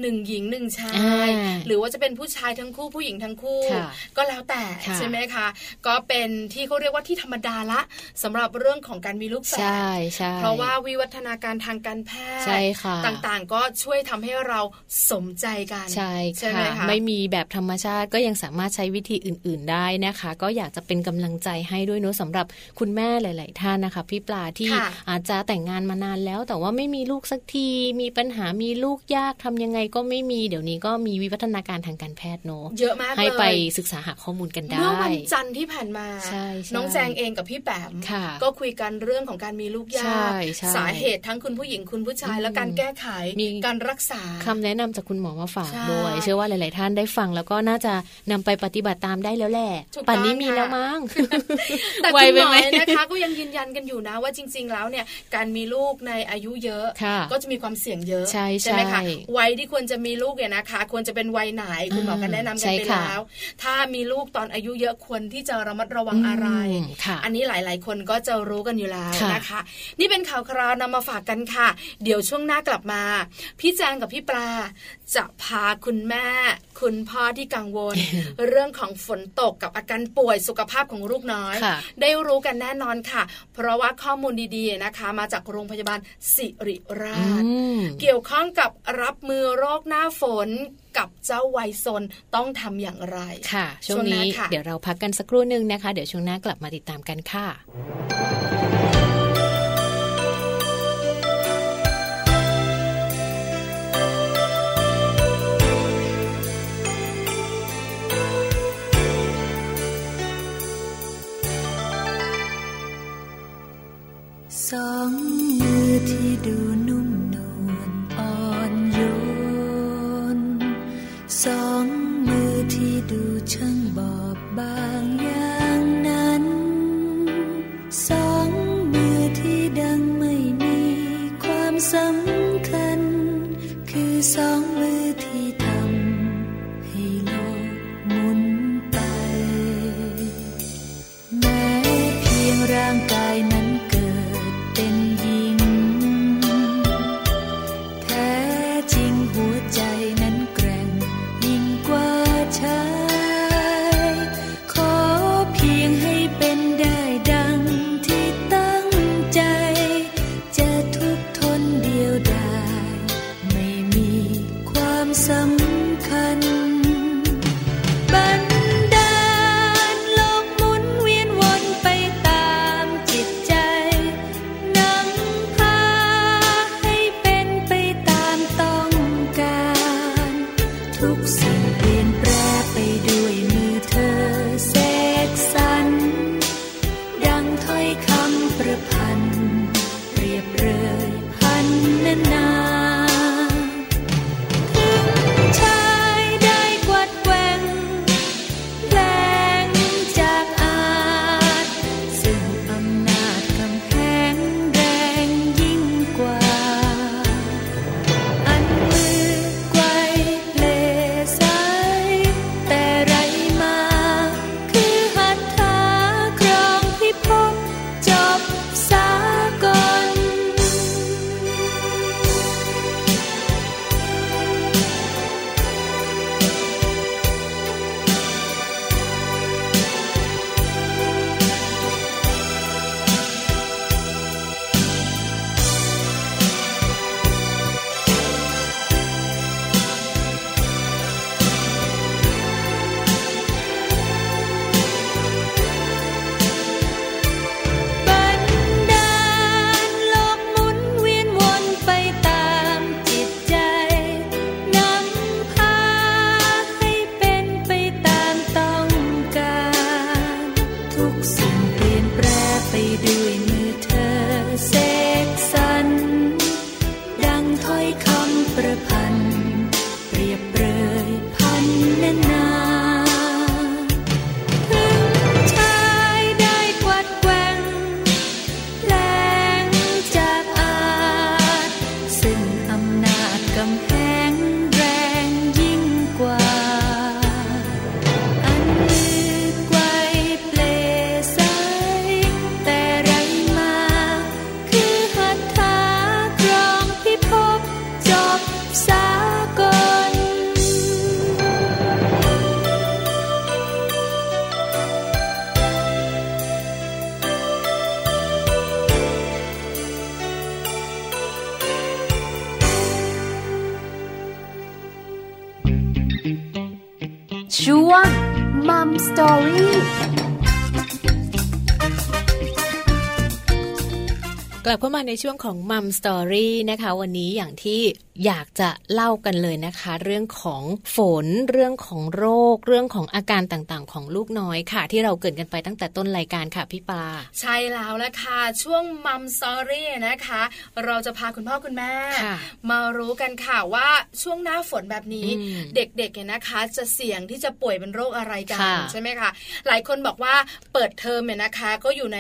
Speaker 3: หนึ่งหญิงหนึ่งชาย
Speaker 2: อ่า
Speaker 3: หรือว่าจะเป็นผู้ชายทั้งคู่ผู้หญิงทั้งคู่
Speaker 2: ค่ะ
Speaker 3: ก็แล้วแต่
Speaker 2: ค่ะ
Speaker 3: ใช่ไหมคะก็เป็นที่เขาเรียกว่าที่ธรรมดาละสำหรับเรื่องของการมีลูกแฝ
Speaker 2: ใช่
Speaker 3: ด
Speaker 2: ใช่
Speaker 3: เพราะว่าวิวัฒนาการทางการแพท
Speaker 2: ใช่
Speaker 3: ย์
Speaker 2: ค่ะ
Speaker 3: ต่างๆ ก็ช่วยทำให้เราสมใจกัน
Speaker 2: ใช่
Speaker 3: ใช่ไหม
Speaker 2: ค่ะ
Speaker 3: คะ
Speaker 2: ไม่มีแบบธรรมชาติก็ยังสามารถใช้วิธีอื่น ๆ ได้นะคะ ก็อยากจะเป็นกำลังใจให้ด้วยเนอะสำหรับคุณแม่หลาย ๆ ท่านนะคะ พี่ปลาที่
Speaker 3: ค่ะ
Speaker 2: อาจจะแต่งงานมานานแล้ว แต่ว่าไม่มีลูกสักที มีปัญหามีลูกยากทำยังไงก็ไม่มีเดี๋ยวนี้ก็มีวิวัฒนาการทางการแพทย์เนอะ
Speaker 3: เยอะมากเลย
Speaker 2: ให้ไปศึกษาหาข้อมูลกันได้
Speaker 3: เมื่อว วันจันทร์ที่ผ่านมา
Speaker 2: ใช่ใช่
Speaker 3: น้องแจงเองกับพี่แปม
Speaker 2: ค่ะ
Speaker 3: ก็คุยกันเรื่องของการมีลูกยาก
Speaker 2: ใช่ใช่
Speaker 3: สาเหตุทั้งคุณผู้หญิงคุณผู้ชาย
Speaker 2: อืม
Speaker 3: และการแก้ไข
Speaker 2: มี
Speaker 3: การรักษา
Speaker 2: คำแนะนำจากคุณหมอมาฝาก
Speaker 3: ใช่
Speaker 2: ด้วย เชื่อว่าหลาย ๆ ท่านได้ฟังแล้วก็น่าจะนำไปปฏิบัติตามได้แล้วแหละ
Speaker 3: ถูกต้อง
Speaker 2: ป่านนี้มี
Speaker 3: ค่ะ
Speaker 2: แล้วมั้ง
Speaker 3: แต่
Speaker 2: ไว
Speaker 3: คุณ
Speaker 2: ไป
Speaker 3: หมอ
Speaker 2: ไหม
Speaker 3: นะคะ ก็ยังยืนยันกันอยู่นะว่าจริง ๆ แล้วเนี่ยการมีลูกในอายุเยอะ
Speaker 2: ค่ะ
Speaker 3: ก็จะมีความเสี่ยงเยอะ
Speaker 2: ใช่
Speaker 3: ไหมคะ
Speaker 2: ใช่
Speaker 3: วัยที่ควรจะมีลูกเนี่ยนะคะ ควรจะเป็นวัยไหนคุณหมอก็แนะนำกั
Speaker 2: ใช่
Speaker 3: นไป
Speaker 2: ค่ะ
Speaker 3: แล้ว ถ้ามีลูกตอนอายุเยอะควรที่จะระมัดระวังอะไร
Speaker 2: มค่ะ
Speaker 3: อันนี้หลาย ๆ คนก็จะรู้กันอยู่แล้ว
Speaker 2: ค่ะ
Speaker 3: นะคะ นี่เป็นข่าวคราวนำมาฝากกันค่ะ เดี๋ยวช่วงหน้ากลับมา พี่แจงกับพี่ปลาจะพาคุณแม่ คุณพ่อที่กังว ล เรื่องของฝนตกกับอาการป่วยสุขภาพของลูกน้อย
Speaker 2: ค่ะ
Speaker 3: ได้รู้กันแน่นอนค่ะ เพราะว่าข้อมูลดี ๆ นะคะ มาจากโรงพยาบาลสิริราช
Speaker 2: อืม
Speaker 3: เกี่ยวข้องกับรับมือโรคหน้าฝนกับเจ้าไวโซนต้องทำอย่างไร
Speaker 2: ค่ะ ช่วง
Speaker 3: ช่วงหน้า
Speaker 2: นี้
Speaker 3: ค่ะ
Speaker 2: เดี๋ยวเราพักกันสักครู่หนึ่งนะคะ เดี๋ยวช่วงหน้ากลับมาติดตามกันค่ะ
Speaker 1: สองมือที่ดูนุ่มนวลอ่อนโยน สองมือที่ดูช่างบอบบางอย่างนั้น สองมือที่ดังไม่มีความสำคัญ คือสองมือที่ทำให้โลกหมุนไป แม้เพียงร่างกายนั้นเกิดเป็นหญิง แท้จริงหัวใจนั้นแกร่งยิ่งกว่าชาย ขอเพียงให้เป็นได้ดังที่ตั้งใจ จะทุกข์ทนเดียวดายไม่มีความสำคัญ บันดาลโลกหมุนเวียนวนไปตามจิตใจนำพาให้เป็นไปตามต้องการ ทุกสิ่งเปลี่ยนแปรไปด้วยมือเธอเสกสรร ดังถ้อยคำประพันธ์เรียบเรยพันนานา ชายได้กวัดแกว่งแรงจากอาจซึ่งอำนาจกำแพงแรงยิ่งกว่า อันมือไกวเลสายแต่ไรมา คือหัตถาครองพิภพจบสากล บันดาลโลกหมุนเวียนวนไปตามจิตใจนำพาให้เป็นไปตามต้องการ ทุกสิ่งเปลี่ยนแปรไปด้วยมือเธอเสกสรร ดังถ้อยคำประพันธ์เปรียบเปรยพันนานา ถึงชายได้กวัดแกว่งแรงจากอาจซึ่งอำนาจกำแพงแรงยิ่งกว่า อันมือไกวเปลสายแต่ไรมา คือหัตถากรองพิภพจบสากล
Speaker 5: ช่วงมัมสตอรี่
Speaker 2: กลับเข้ามาในช่วงของมัมสตอรี่นะคะ วันนี้อย่างที่ อยากจะเล่ากันเลยนะคะ เรื่องของฝน เรื่องของโรค เรื่องของอาการต่างๆ ของลูกน้อยค่ะ ที่เราเกริดกันไปตั้งแต่ต้นรายการค่ะพี่ปลา
Speaker 3: ใช่แล้วละค่ะ ช่วงมัมซอรี่นะคะ เราจะพาคุณพ่อคุณแม่
Speaker 2: ค่ะ
Speaker 3: มารู้กันค่ะว่าช่วงหน้าฝนแบบนี้
Speaker 2: อืม
Speaker 3: เด็กๆเนี่ยนะคะ จะเสี่ยงที่จะป่วยเป็นโรคอะไรกัน
Speaker 2: ค่ะ
Speaker 3: ใช่ไหมคะหลายคนบอกว่าเปิดเทอมเนี่ยนะคะ ก็อยู่ใน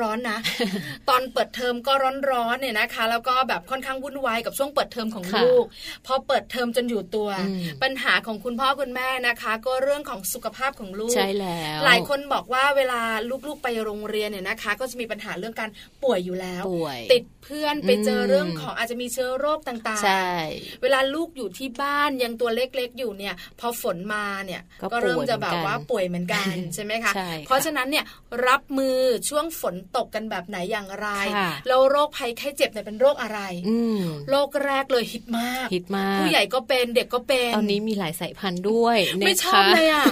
Speaker 3: ร้อนๆนะ ตอนเปิดเทอมก็ร้อนๆเนี่ยนะคะ แล้วก็แบบค่อนข้างวุ่นวายกับช่วงเปิดเทอมของ
Speaker 2: ค่ะ
Speaker 3: ลูกพอเปิดเทอมจนอยู่ตัว
Speaker 2: อืม
Speaker 3: ปัญหาของคุณพ่อคุณแม่นะคะ ก็เรื่องของสุขภาพของลูก
Speaker 2: ใช่แล้ว
Speaker 3: หลายคนบอกว่าเวลาลูกๆไปโรงเรียนเนี่ยนะคะ ก็จะมีปัญหาเรื่องการป่วยอยู่แล้ว
Speaker 2: ป่วย
Speaker 3: ติดเพื่อนไปเจออ
Speaker 2: ม
Speaker 3: เรื่องของอาจจะมีเชื้อโรคต่าง
Speaker 2: ใช่
Speaker 3: ๆ เวลาลูกอยู่ที่บ้านยังตัวเล็กๆอยู่เนี่ย พอฝนมาเนี่ย
Speaker 2: ก็
Speaker 3: เริ่มจะแบบ
Speaker 2: ป่วยเหมือนกัน
Speaker 3: ว่าป่วยเหมือนกัน ใช่ไหมคะ
Speaker 2: ใช่ค่ะ
Speaker 3: เพราะฉะนั้นเนี่ยรับมือช่วงฝนตกกันแบบไหนอย่างไร
Speaker 2: ค่ะ
Speaker 3: แล้วโรคภัยไข้เจ็บเนี่ยเป็นโรคอะไร
Speaker 2: อืม
Speaker 3: โรคแรกเลยฮิตมาก
Speaker 2: ฮิตมาก
Speaker 3: ผู้ใหญ่ก็เป็นเด็กก็เป็น
Speaker 2: ตอนนี้มีหลายสายพันธุ์ด้วยนะคะ
Speaker 3: ไม่ชอบเลยอ่ะ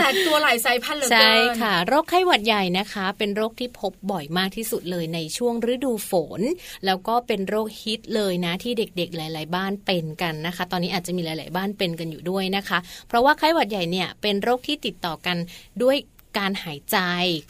Speaker 3: แต่ตัวหลายสายพันธุ์เหลือเกิ
Speaker 2: ใช่
Speaker 3: น
Speaker 2: ค่ะ โรคไข้หวัดใหญ่นะคะ เป็นโรคที่พบบ่อยมากที่สุดเลยในช่วงฤดูฝน แล้วก็เป็นโรคฮิตเลยนะที่เด็กๆ หลาย ๆ บ้านเป็นกันนะคะ ตอนนี้อาจจะมีหลาย ๆ บ้านเป็นกันอยู่ด้วยนะคะ เพราะว่าไข้หวัดใหญ่เนี่ยเป็นโรคที่ติดต่อกันด้วยการหายใจ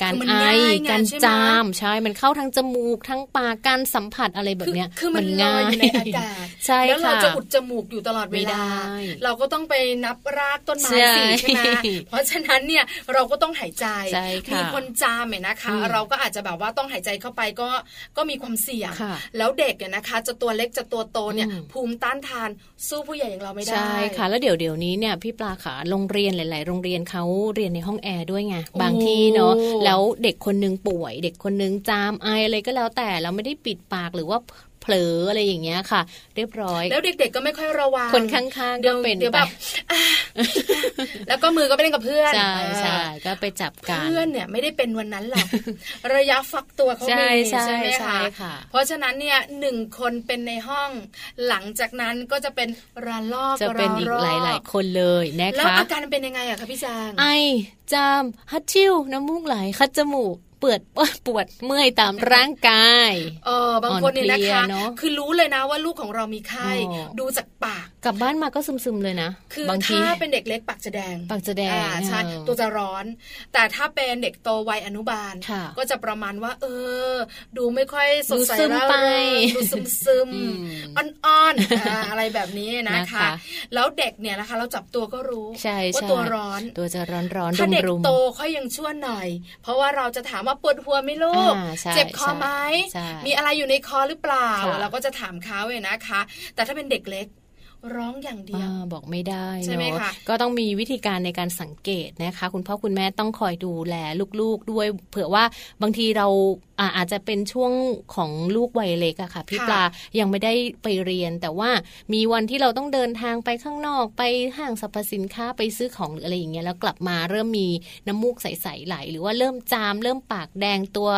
Speaker 2: การ
Speaker 3: มัน
Speaker 2: ไอ
Speaker 3: ง่ายไง
Speaker 2: การ
Speaker 3: ใช่ไหม
Speaker 2: จาม ใช่ มันเข้าทั้งจมูกทั้งปากการสัมผัสอะไรแบบเนี้ย
Speaker 3: คือคือมันลอยอยู่ในอากาศ
Speaker 2: ใช่
Speaker 3: แล้วเรา
Speaker 2: ค่ะ
Speaker 3: จะอุดจมูกอยู่ตลอดเว
Speaker 2: ไม่ได้
Speaker 3: ลา เราก็ต้องไปนับรากต้นไม้สิ
Speaker 2: ใช่
Speaker 3: ใช่ไหมเพราะฉะนั้นเนี่ยเราก็ต้องหายใจ
Speaker 2: ใช่ค่ะ
Speaker 3: มีคนจามเนี่ยนะคะ
Speaker 2: อืม
Speaker 3: เราก็อาจจะแบบว่าต้องหายใจเข้าไปก็ก็มีความเสี่ยง
Speaker 2: ค่ะ
Speaker 3: แล้วเด็กเนี่ยนะคะ จะตัวเล็กจะตัวโตเนี่ย
Speaker 2: อืม
Speaker 3: ภูมิต้านทานสู้ผู้ใหญ่อย่างเราไม่ได้
Speaker 2: ใช่ค่ะแล้วเดี๋ยวเดี๋ยวนี้เนี่ยพี่ปลาขาโรงเรียนหลาย ๆ โรงเรียนเขาเรียนในห้องแอร์ด้วยไง
Speaker 3: โอ้
Speaker 2: บางที่เนาะแล้วเด็กคนนึงป่วย เด็กคนนึงจามไออะไรก็แล้วแต่เราไม่ได้ปิดปากหรือว่าเผลออะไรอย่างเงี้ยค่ะ เรียบร้อย
Speaker 3: แล้วเด็กๆก็ไม่ค่อยระวัง
Speaker 2: คนข้างๆ
Speaker 3: เดี๋
Speaker 2: ก็
Speaker 3: ยว
Speaker 2: เป็น
Speaker 3: เดี๋ยว
Speaker 2: ไป
Speaker 3: แบบอ่ะแล้วก็มือก็ไปเล่นกับเพื่อน
Speaker 2: ใช่ใช่
Speaker 3: อ่า
Speaker 2: ก็ไปจับกัน
Speaker 3: เพื่อนเนี่ยไม่ได้เป็นวันนั้นหรอก ระยะฟักตัวเขา
Speaker 2: ใช่
Speaker 3: มี
Speaker 2: ใช่
Speaker 3: ไหม
Speaker 2: ใช่
Speaker 3: คะ
Speaker 2: ค่ะ
Speaker 3: เพราะฉะนั้นเนี่ยหนึ่งคนเป็นในห้อง หลังจากนั้นก็จะเป็นระลอก
Speaker 2: จะเป็นอีก
Speaker 3: ระร
Speaker 2: หลาย ๆ คนเลยนะ
Speaker 3: แล้ว
Speaker 2: คะ
Speaker 3: อาการเป็นยังไงอะคะพี่จาง
Speaker 2: ไอจามฮัดชิวน้ำมูกไหลคัดจมูกเปือด ปวดเมื่อยตามร่างกาย
Speaker 3: เออบางคนเนี่ยนะ
Speaker 2: อ่อนเพลีย
Speaker 3: คะ
Speaker 2: เนอะ
Speaker 3: คือรู้เลยนะว่าลูกของเรามีไข้
Speaker 2: อ๋อ
Speaker 3: ดูจากปาก
Speaker 2: กลับบ้านมาก็ซึม ๆ เลยนะ
Speaker 3: คือบ
Speaker 2: างที
Speaker 3: ถ้าเป็นเด็กเล็กปากจะแดง
Speaker 2: ปากจะแดง
Speaker 3: อ่าใช่
Speaker 2: เออ
Speaker 3: ตัวจะร้อน แต่ถ้าเป็นเด็กโตวัยอนุบาล
Speaker 2: ค่ะ
Speaker 3: ก็จะประมาณว่า เออ ดูไม่ค่อยสดใส
Speaker 2: ดูซึม
Speaker 3: ร่า
Speaker 2: ไป
Speaker 3: เริงดูซึมซึม
Speaker 2: อืม
Speaker 3: อ่อนๆอ่าอะไรแบบนี้นะ
Speaker 2: นะคะ
Speaker 3: แล้วเด็กเนี่ยนะคะ เราจับตัวก็รู้
Speaker 2: ใช่
Speaker 3: ว่า
Speaker 2: ใช่
Speaker 3: ตัวร้อน
Speaker 2: ตัวจะร้อนๆ
Speaker 3: ถ้าเด็ก
Speaker 2: รุมๆ
Speaker 3: โตค่อยยังชั่วหน่อย เพราะว่าเราจะถามว่าปวดหัวไหมลูก
Speaker 2: อ่าใช่
Speaker 3: เจ็บคอไหม
Speaker 2: ใช่
Speaker 3: มีอะไรอยู่ในคอหรือเปล่า
Speaker 2: ค่ะ
Speaker 3: เราก็จะถามเขาเนี่ยนะคะ แต่ถ้าเป็นเด็กเล็ก ร้องอย่างเดียว
Speaker 2: อ่าบอกไม่ได้
Speaker 3: ใช่ไหม
Speaker 2: เนาะ
Speaker 3: คะ
Speaker 2: ก็ต้องมีวิธีการในการสังเกตนะคะ คุณพ่อคุณแม่ต้องคอยดูแลลูกๆด้วย เผื่อว่าบางทีเราอ่าอาจจะเป็นช่วงของลูกวัยเล็กอะค่ะพี่
Speaker 3: ค่ะ
Speaker 2: ปลายังไม่ได้ไปเรียน แต่ว่ามีวันที่เราต้องเดินทางไปข้างนอกไปห้างสรรพสินค้าไปซื้อของหรืออะไรอย่างเงี้ยแล้วกลับมาเริ่มมีน้ำมูกใสๆไหล หรือว่าเริ่มจาม เริ่มปากแดงตัว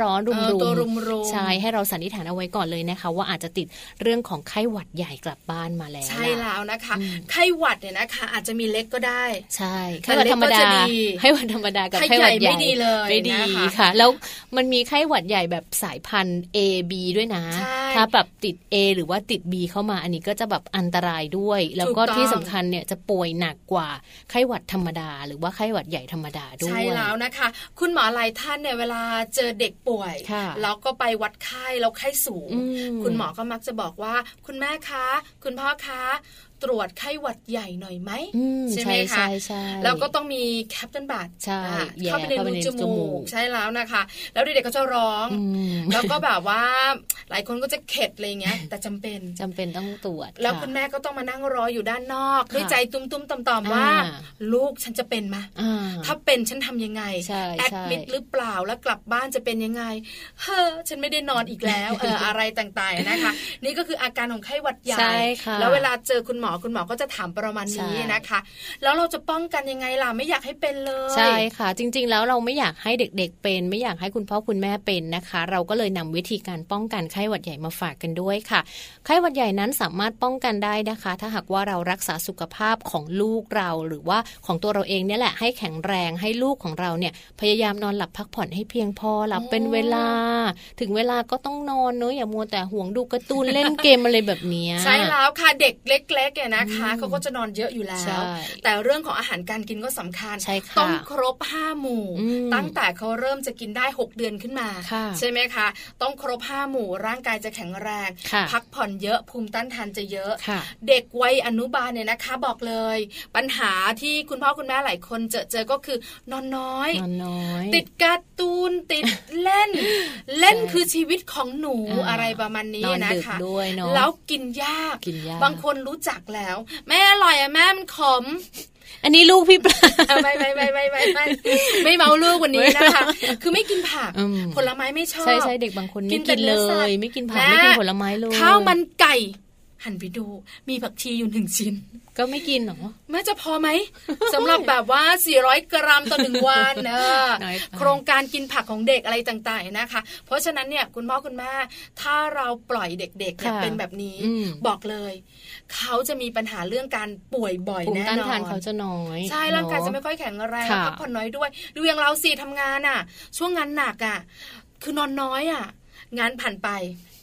Speaker 2: ร้อนๆรุ
Speaker 3: เออตัวรุ
Speaker 2: ม
Speaker 3: มๆ
Speaker 2: ๆใช่ให้เราสันนิษฐานเอาไว้ก่อนเลยนะคะ ว่าอาจจะติดเรื่องของไข้หวัดใหญ่กลับบ้านมาแล้ว
Speaker 3: ใช่แล้วนะคะ ไข้หวัดเนี่ยนะคะ อาจจะมีเล็กก็ได้
Speaker 2: ใช่
Speaker 3: แต่
Speaker 2: ไข้หวัดธรรมดา
Speaker 3: เล็กก็จะดี
Speaker 2: ไข้หวัดธรรมดากับ
Speaker 3: ไข้
Speaker 2: ไข้หวัด
Speaker 3: ให
Speaker 2: ให
Speaker 3: ญ่
Speaker 2: ญ่
Speaker 3: ไม่ดีเลย
Speaker 2: ไม่ดี
Speaker 3: นะคะ
Speaker 2: ค่ะ แล้วมันมีไข้หวัดใหญ่แบบสายพันธุ์ A B ด้วยนะ
Speaker 3: ใช่
Speaker 2: ถ้าแบบติด A หรือว่าติด B เข้ามาอันนี้ก็จะแบบอันตรายด้วย แล้วก็
Speaker 3: ถูกต้อง
Speaker 2: ที่สำคัญเนี่ยจะป่วยหนักกว่าไข้หวัดธรรมดา หรือว่าไข้หวัดใหญ่ธรรมดาด้วย
Speaker 3: ใช่แล้วนะคะ คุณหมอหลายท่านเนี่ยเวลาเจอเด็กป่วย
Speaker 2: ค่ะ
Speaker 3: แล้วก็ไปวัดไข้แล้วไข้สูง
Speaker 2: อืม
Speaker 3: คุณหมอก็มักจะบอกว่า คุณแม่คะ คุณพ่อคะ ตรวจไข้หวัดใหญ่หน่อยไหม
Speaker 2: อืม
Speaker 3: ใช่ไหม
Speaker 2: ใช่
Speaker 3: คะ
Speaker 2: ใช่ใช่
Speaker 3: แล้วก็ต้องมีแคปตันบัต
Speaker 2: ใช่แย่
Speaker 3: เข้าไปใน
Speaker 2: เข้าไป
Speaker 3: รู
Speaker 2: ใน
Speaker 3: จ
Speaker 2: จมู
Speaker 3: มูก
Speaker 2: ก
Speaker 3: ใช่แล้วนะคะ แล้วเด็กๆก็จะร้อง
Speaker 2: อืม
Speaker 3: แล้วก็แบบว่าหลายคนก็จะเข็ดอะไรอย่างเงี้ย แต่จำเป็น
Speaker 2: จำเป็นต้องตรวจ
Speaker 3: แล้ว
Speaker 2: ะ
Speaker 3: คุณแม่ก็ต้องมานั่งรออยู่ด้านนอก
Speaker 2: ค่ะ
Speaker 3: ด้วยใจตุ้มๆต่อมๆว่า
Speaker 2: อ่า
Speaker 3: ลูกฉันจะเป็นไหม
Speaker 2: อ่
Speaker 3: ถ้าเป็นฉันทำยังไง
Speaker 2: ใช่
Speaker 3: แอดมิด
Speaker 2: ใช่
Speaker 3: หรือเปล่าแล้วกลับบ้านจะเป็นยังไง เฮ้อฉันไม่ได้ นอนอีกแล้ว เอออะไรต่างๆนะคะ นี่ก็คืออาการของไข้หวัดใหญ่
Speaker 2: ใช่ค่ะ
Speaker 3: แล้วเวลาเจอคุณหมอ อคุณหมอก็จะถามประมาณนี้
Speaker 2: ใช่
Speaker 3: นะคะ แล้วเราจะป้องกันยังไงล่ะไม่อยากให้เป็นเลย
Speaker 2: ใช่ค่ะ จริง ๆ แล้วเราไม่อยากให้เด็กๆเป็น ไม่อยากให้คุณพ่อคุณแม่เป็นนะคะ เราก็เลยนำวิธีการป้องกันไข้หวัดใหญ่มาฝากกันด้วยค่ะ ไข้หวัดใหญ่นั้นสามารถป้องกันได้นะคะ ถ้าหากว่าเรารักษาสุขภาพของลูกเรา หรือว่าของตัวเราเองเนี่ยแหละให้แข็งแรงให้ลูกของเราเนี่ยพยายามนอนหลับพักผ่อนให้เพียงพอหลับเป็นเวลา ถึงเวลาก็ต้องนอนเนอะอย่ามัวแต่ห่วงดูการ์ตูนเล่นเกมอะไรแบบเนี้ย
Speaker 3: ใช่แล้วค่ะเด็กเล็กๆเนี่ยนะคะ
Speaker 2: อืม
Speaker 3: เขาก็จะนอนเยอะอยู่แล้
Speaker 2: ใช่
Speaker 3: ว แต่เรื่องของอาหารการกินก็สำคัญ
Speaker 2: ใช่ค่ะ
Speaker 3: ต้องครบห้าหมู่
Speaker 2: อืม
Speaker 3: ตั้งแต่เขาเริ่มจะกินได้ 6 เดือนขึ้นมา
Speaker 2: ค่ะ
Speaker 3: ใช่ไหมคะ ต้องครบห้าหมู่ ร่างกายจะแข็งแรง
Speaker 2: ค่ะ
Speaker 3: พักผ่อนเยอะภูมิต้านทานจะเยอะ
Speaker 2: ค่ะ
Speaker 3: เด็กวัยอนุบาลเนี่ยนะคะ บอกเลย ปัญหาที่คุณพ่อคุณแม่หลายคนเจอเจอก็คือนอนน้อย
Speaker 2: นอนน้อย
Speaker 3: ติดการ์ตูนติดเล่ น เล่น
Speaker 2: ใช่
Speaker 3: คือชีวิตของหนู
Speaker 2: อ่า
Speaker 3: อะไรประมาณนี้
Speaker 2: นอน
Speaker 3: นะ
Speaker 2: ดึก
Speaker 3: คะ
Speaker 2: ด้วยเนาะ
Speaker 3: แล้วกินยาก
Speaker 2: กินยาก
Speaker 3: บางคนรู้จักแล้ว แม่อร่อยอะแม่มันขม
Speaker 2: อันนี้ลูกพี่ปลา
Speaker 3: เออไม่ไม่ไม่ไม่ไม่ไม่ไม่เมาลูกวันนี้นะคะ คือไม่กินผัก
Speaker 2: อืม
Speaker 3: ผลไม้ไม่ชอบ
Speaker 2: ใช่ใช่เด็กบางคน
Speaker 3: กิ
Speaker 2: ไม่
Speaker 3: นแต่
Speaker 2: กิน
Speaker 3: เนื้
Speaker 2: เล
Speaker 3: อสัต
Speaker 2: ย
Speaker 3: ว์
Speaker 2: ไม่กินผัก
Speaker 3: นะ
Speaker 2: ไม่กินผลไม้เลย
Speaker 3: ข้าวมันไก่ หันไปดู มีผักชีอยู่หนึ่งชิ้น
Speaker 2: ก็ไม่กินเหรอ
Speaker 3: แม่จะพอไหม สำหรับแบบว่า 400 กรัมต่อหนึ่งวันเนอะ
Speaker 2: น้อยไป
Speaker 3: โครงการกินผักของเด็กอะไรต่างๆนะคะ เพราะฉะนั้นเนี่ยคุณพ่อคุณแม่ถ้าเราปล่อยเด็กๆเนี่ย
Speaker 2: ค่ะ
Speaker 3: เป็นแบบนี้
Speaker 2: อืม
Speaker 3: บอกเลย เขาจะมีปัญหาเรื่องการป่วยบ่อย
Speaker 2: ภูมิ
Speaker 3: แน่
Speaker 2: ต้าน
Speaker 3: นอ
Speaker 2: ทาน
Speaker 3: น
Speaker 2: เขาจะน้อย
Speaker 3: ใช่ร่างกายจะไม่
Speaker 2: เน
Speaker 3: ค่อยแข็งแรง
Speaker 2: ค่ะ
Speaker 3: พักผ่อนน้อยด้วย ดูอย่างเราสิทำงานอ่ะ ช่วงงานหนักอ่ะ คือนอนน้อยอ่ะ งานผ่านไป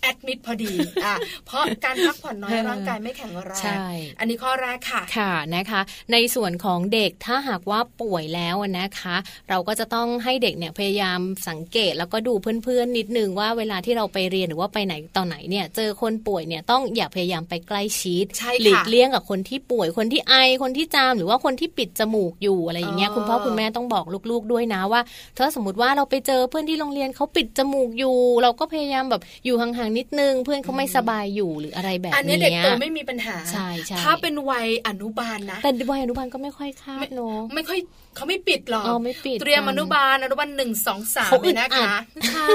Speaker 3: แอดมิดพอดีอ่ะ เพราะการพักผ่อนน้อย
Speaker 2: เออ
Speaker 3: ร่างกายไม่แข็งแร
Speaker 2: ใช่
Speaker 3: งอันนี้ข้อแรกค่ะ
Speaker 2: ค่ะนะคะ ในส่วนของเด็กถ้าหากว่าป่วยแล้วนะคะ เราก็จะต้องให้เด็กเนี่ยพยายามสังเกตแล้วก็ดูเพื่อนๆนิดนึงว่าเวลาที่เราไปเรียนหรือว่าไปไหนตอนไหนเนี่ย เจอคนป่วยเนี่ยต้องอย่าพยายามไปใกล้ชิด
Speaker 3: ใช่ค่ะ
Speaker 2: หลีกเลี่ยงกับคนที่ป่วย คนที่ไอคนที่จามหรือว่าคนที่ปิดจมูกอยู่อะไรอย่างเงี้ย
Speaker 3: อ๋อ
Speaker 2: คุณพ่อคุณแม่ต้องบอกลูกๆด้วยนะว่า ถ้าสมมติว่าเราไปเจอเพื่อนที่โรงเรียนเขาปิดจมูกอยู่ เราก็พยายามแบบอยู่ห่างๆนิดนึง เพื่อนเขาไม่สบายอยู่หรืออะไรแบบ
Speaker 3: อัน
Speaker 2: เนี้ย
Speaker 3: นี้เด็กโตไม่มีปัญหา
Speaker 2: ใช่ใช่
Speaker 3: ถ้าเป็นวัยอนุบาลนะ
Speaker 2: แต่วัยอนุบาลก็ไม่ค่อยคาดเนอะ
Speaker 3: ไม่ค่อยเขาไม่ปิดหรอก
Speaker 2: อ๋อไม่ปิด
Speaker 3: เตรียม
Speaker 2: กั
Speaker 3: อนนุบาลอนุบาลหนึ่งสองสาม
Speaker 2: เขาอึด
Speaker 3: เลยนะ
Speaker 2: อัด
Speaker 3: คะใช่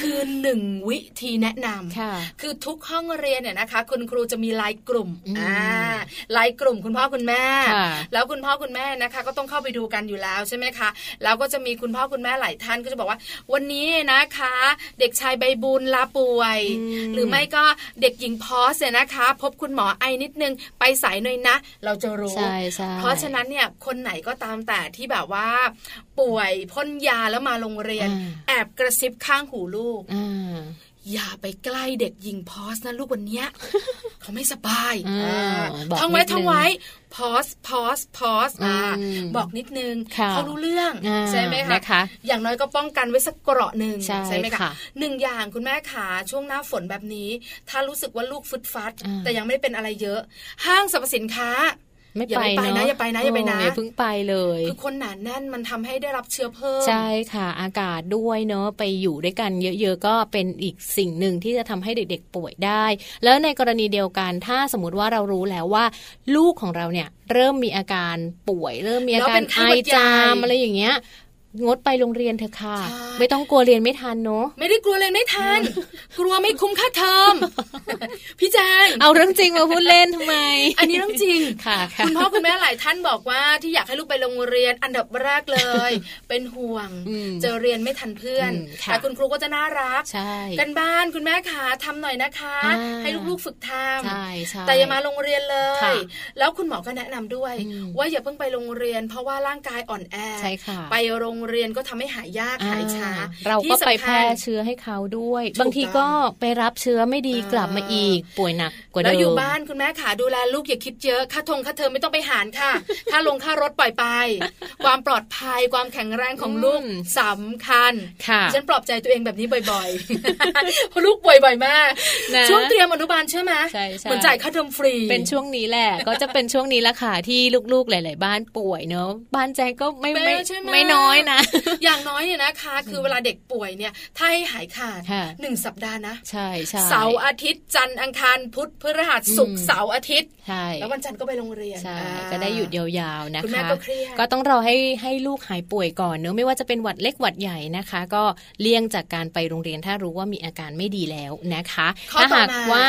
Speaker 3: คือหนึ่งวิธีแนะนำ
Speaker 2: ค่ะ
Speaker 3: คือทุกห้องเรียนเนี่ยนะคะ คุณครูจะมีไลน์กลุ่ม
Speaker 2: อืม
Speaker 3: อ่าไลน์กลุ่มคุณพ่อคุณแม่
Speaker 2: ค่ะ
Speaker 3: แล้วคุณพ่อคุณแม่นะคะ ก็ต้องเข้าไปดูกันอยู่แล้วใช่ไหมคะแล้วก็จะมีคุณพ่อคุณแม่หลายท่านก็จะบอกว่า วันนี้นะคะ เด็กชายใบบุญลาป่วย
Speaker 2: อืม
Speaker 3: หรือไม่ก็เด็กหญิงพอสเนี่ยนะคะ พบคุณหมอไอนิดนึงไปสายหน่อยนะ เราจะรู้
Speaker 2: ใช่ใช่
Speaker 3: เพราะฉะนั้นเนี่ยคนไหนก็ตามแต่ที่แบบว่า ป่วยพ่นยาแล้วมาโรงเรียน แอบกระซิบข้างหูลูก
Speaker 2: อ่า
Speaker 3: อย่าไปใกล้เด็กหญิงพอสนะลูกวันเนี้ย เขาไม่สบาย
Speaker 2: อ่า
Speaker 3: อ่า
Speaker 2: บอก
Speaker 3: ท่องไว้
Speaker 2: นิดนึง
Speaker 3: ท่องไว้พอสพอสพอสอ่า
Speaker 2: อืม
Speaker 3: บอกนิดนึง
Speaker 2: ค่ะ
Speaker 3: เขารู้เรื่อง
Speaker 2: อ่า
Speaker 3: ใช่ไหม
Speaker 2: นะคะ
Speaker 3: อย่างน้อยก็ป้องกันไว้สักเกราะหนึ่ง
Speaker 2: ใช่
Speaker 3: ไหมคะ
Speaker 2: ค่ะ
Speaker 3: หนึ่งอย่างคุณแม่ขาช่วงหน้าฝนแบบนี้ ถ้ารู้สึกว่าลูกฟึดฟัด
Speaker 2: อ่า
Speaker 3: แต่ยังไม่ได้เป็นอะไรเยอะ ห้างสรรพสินค้า
Speaker 2: ไม่
Speaker 3: อย่า
Speaker 2: ไป
Speaker 3: ไปนะ
Speaker 2: เ
Speaker 3: อย่าไปนะอย่าไปนะ
Speaker 2: โอย่าเพิ่งไปเลย
Speaker 3: คือคนหนาแน่นมันทำให้ได้รับเชื้อเพิ่ม
Speaker 2: ใช่ค่ะ อากาศด้วยเนอะไปอยู่ด้วยกันเยอะๆก็เป็นอีกสิ่งหนึ่งที่จะทำให้เด็กๆป่วยได้ แล้วในกรณีเดียวกันถ้าสมมติว่าเรารู้แล้วว่า ลูกของเราเนี่ยเริ่มมีอาการป่วย เริ่มมีอา
Speaker 3: แล้ว
Speaker 2: กา
Speaker 3: เป็
Speaker 2: ร
Speaker 3: นไข้
Speaker 2: ไอ
Speaker 3: หวัดใหญ่
Speaker 2: จามอะไรอย่างเงี้ยงดไปโรงเรียนเถอะค่ะ
Speaker 3: ใช่
Speaker 2: ไม่ต้องกลัวเรียนไม่ทันเนอะ
Speaker 3: ไม่ได้กลัวเลยไม่ทันกลัวไม่คุ้มค่าเทอ ม พี่แจง
Speaker 2: เอาเรื่องจริงมาพูดเล่นทำไม
Speaker 3: อันนี้เรื่องจริง
Speaker 2: ค่ะค่ะ
Speaker 3: คุณพ่อคุณแม่หลายท่านบอกว่าที่อยากให้ลูกไปโรงเรียนอันดับแรกเลย เป็นห่วง
Speaker 2: อืม
Speaker 3: จะเรียนไม่ทันเพื่อน
Speaker 2: อืมค่ะ
Speaker 3: แต่คุณครูก็จะน่ารัก
Speaker 2: ใช่
Speaker 3: กันบ้านคุณแม่ขาทำหน่อยนะคะ
Speaker 2: อ่า
Speaker 3: ให้ลูกๆฝึกท
Speaker 2: ใช่
Speaker 3: ำ
Speaker 2: ใช่
Speaker 3: แต่อย่ามาโรงเรียนเลย
Speaker 2: ค่ะ
Speaker 3: แล้วคุณหมอก็แนะนำด้วย
Speaker 2: อืม
Speaker 3: ว่าอย่าเพิ่งไปโรงเรียน เพราะว่าร่างกายอ่อนแอ
Speaker 2: ใช่ค่ะ
Speaker 3: ไปโรงเรียนก็ทำให้หายยากหายช้า
Speaker 2: อ่เรา
Speaker 3: ที่
Speaker 2: ก็ไป
Speaker 3: สำ
Speaker 2: แพ
Speaker 3: คั
Speaker 2: ร่
Speaker 3: ญ
Speaker 2: เชื้อให้เขาด้วย
Speaker 3: ถูก
Speaker 2: บางทีก็ไปรับเชื้อไม่ดี
Speaker 3: อ่าก
Speaker 2: กลับมาอีก ป่วยหนักกว่าเดิม
Speaker 3: แล้วอยู่บ้านคุณแม่ขาดูแลลูกอย่าคิดเยอะค่าทงค่าเทอมไม่ต้องไปหารค่ะ ค่าลงค่ารถปล่อยไป ความปลอดภัยความแข็งแรงของลูก
Speaker 2: อืม
Speaker 3: สำคัญ
Speaker 2: ค่ะ
Speaker 3: ดิฉันปลอบใจตัวเองแบบนี้บ่อยๆ เพราะลูกป่วยบ่อยมาก
Speaker 2: นะ
Speaker 3: ช่วงเตรียมอนุบาลเชื่อไหม
Speaker 2: ใช่ใช่
Speaker 3: เหมือนจ่ายค่าเทอมฟรี
Speaker 2: เป็นช่วงนี้แหละ ก็จะเป็นช่วงนี้ละค่ะที่ลูกๆหลาย ๆ บ้านป่วยเนอะบ้านแจงก็ไม่
Speaker 3: เป็น
Speaker 2: ไม่
Speaker 3: ใช่ไหม
Speaker 2: ไม่น้อยนะ
Speaker 3: อย่างน้อยเนี่ยนะคะ คือเวลาเด็กป่วยเนี่ยถ้าให้หายขาด
Speaker 2: ค่ะ
Speaker 3: หนึ่งสัปดาห์นะ
Speaker 2: ใช่ใช่
Speaker 3: เสาร์อาทิตย์จันทร์อังคารพุธพฤหัสศุก
Speaker 2: อื
Speaker 3: ร์
Speaker 2: ม
Speaker 3: เสาร์อาทิตย์
Speaker 2: ใช่
Speaker 3: แล้ววันจันทร์ก็ไปโรงเรียน
Speaker 2: ใช่
Speaker 3: อ่า
Speaker 2: ก็ได้หยุดยาวๆนะ
Speaker 3: คุณแม่
Speaker 2: คะ
Speaker 3: ก็เครียด
Speaker 2: ก็ต้องรอให้ให้ลูกหายป่วยก่อนเนอะไม่ว่าจะเป็นหวัดเล็กหวัดใหญ่นะคะ ก็เลี่ยงจากการไปโรงเรียนถ้ารู้ว่ามีอาการไม่ดีแล้วนะคะ
Speaker 3: ข้อ
Speaker 2: ถ้า
Speaker 3: ต่อมา
Speaker 2: หากว่า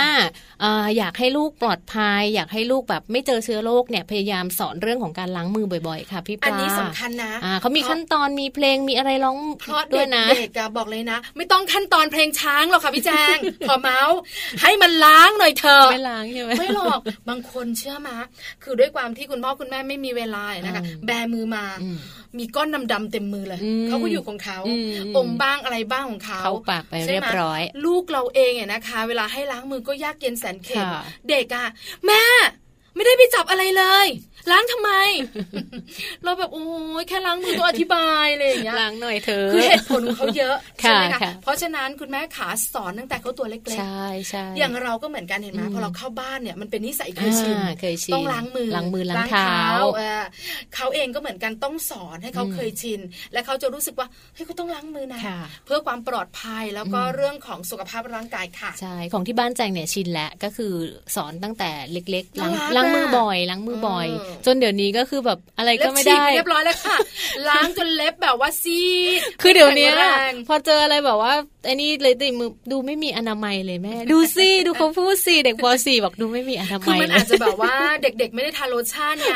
Speaker 2: เอ่ออยากให้ลูกปลอดภัย อยากให้ลูกแบบไม่เจอเชื้อโรคเนี่ยพยายามสอนเรื่องของการล้างมือบ่อยๆ ค่ะพี่ปลา
Speaker 3: อันนี้สำคัญนะ
Speaker 2: อ่าเขามีขั้นตอนมีเพลงมีอะไรร้อง
Speaker 3: เพราะ
Speaker 2: ด้
Speaker 3: เด็
Speaker 2: วย
Speaker 3: ก
Speaker 2: นะ
Speaker 3: เด็กๆอะบอกเลยนะ ไม่ต้องขั้นตอนเพลงช้างหรอกค่ะพี่แจง ขอเมาส์ให้มันล้างหน่อยเถอะ
Speaker 2: ไม่ล้างใช่ไหม
Speaker 3: ไม่หรอก บางคนเชื่อมาคือด้วยความที่คุณพ่อคุณแม่ไม่มีเวลาอะนะคะ
Speaker 2: อืม
Speaker 3: แบมือมา
Speaker 2: อืม
Speaker 3: มีก้อนดำๆเต็มมือเลย
Speaker 2: อืม
Speaker 3: เขาก็อยู่ของเขา
Speaker 2: อืม
Speaker 3: อมบ้างอะไรบ้างของเขา
Speaker 2: เข้าปากไปเรียบร้อย
Speaker 3: ใช่ไหมลูกเราเองเนี่ยนะคะ เวลาให้ล้างมือก็ยากเย็นแสนเข็ญ
Speaker 2: ค่ะ
Speaker 3: เด็กอะแม่ ไม่ได้ไปจับอะไรเลย ล้างทำไม เราแบบโอ้ยแค่ล้างมือต้องอธิบายอะไรอย่างเงี้ย
Speaker 2: ล้างหน่อยเธอ
Speaker 3: คือเหตุผลของเขาเยอะใช่ไหม
Speaker 2: ค่ะ
Speaker 3: คะ
Speaker 2: ค่ะ
Speaker 3: เพราะฉะนั้นคุณแม่ขาสอนตั้งแต่เขาตัวเล็กๆ
Speaker 2: ใช่ใช่
Speaker 3: อย่างเราก็เหมือนกันเห็นไหม
Speaker 2: อืม
Speaker 3: พอเราเข้าบ้านเนี่ยมันเป็นนิสัยเคยชิน
Speaker 2: อ่าเคยชิน
Speaker 3: ต้องล้างมือ
Speaker 2: ล้างมือล้างเท้า
Speaker 3: เออเขาเองก็เหมือนกันต้องสอนให้เขา
Speaker 2: อืม
Speaker 3: เคยชิน และเขาจะรู้สึกว่าเฮ้ยเขาต้องล้างมือนะ
Speaker 2: ค่ะ
Speaker 3: เพื่อความปลอดภัยแล้วก็
Speaker 2: อืม
Speaker 3: เรื่องของสุขภาพร่างกายค่ะ
Speaker 2: ใช่ ของที่บ้านแจงเนี่ยชินแล้วก็คือสอนตั้งแต่เล็กๆ ล้าง
Speaker 3: น่ารักอะ
Speaker 2: ล้างมือบ่อย ล้างมือบ่อย
Speaker 3: เออ
Speaker 2: จนเดี๋ยวนี้ก็คือแบบอะไร
Speaker 3: เล็
Speaker 2: ก็
Speaker 3: บ
Speaker 2: ไม่
Speaker 3: ฉีก
Speaker 2: ได้
Speaker 3: ไปเรียบร้อยแล้วค่ะ ล้างจนเล็บแบบว่าซีด
Speaker 2: คือเดี๋ยวเนี้ย
Speaker 3: แข็งแรง
Speaker 2: พอเจออะไรแบบว่าไอ้นี่เลยติดมือดูไม่มีอนามัยเลยแม่ ดูสิดูเขาพูดสิเด็กป .4 บอกดูไม่มีอนา
Speaker 3: คือ
Speaker 2: มัย
Speaker 3: มัน
Speaker 2: เลย
Speaker 3: อาจจะแบบว่าเด็กๆ ไม่ได้ทาโลชั่นไง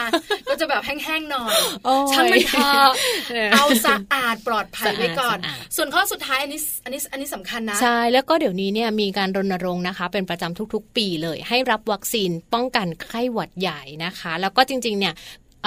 Speaker 3: ก็จะแบบแห้งๆหน่อย
Speaker 2: โอ้ย
Speaker 3: ช่างมันเถอะ
Speaker 2: เออ
Speaker 3: เอาสะอาดปลอดภัยไว้ก่อน
Speaker 2: สะอาด
Speaker 3: ส่วนข้อสุดท้ายอันนี้อันนี้อันนี้สำคัญนะ
Speaker 2: ใช่แล้วก็เดี๋ยวนี้เนี่ยมีการรณรงค์นะคะ เป็นประจำทุกๆ ปีเลย ให้รับวัคซีนป้องกันไข้หวัดใหญ่นะคะ แล้วก็จริงๆเนี่ย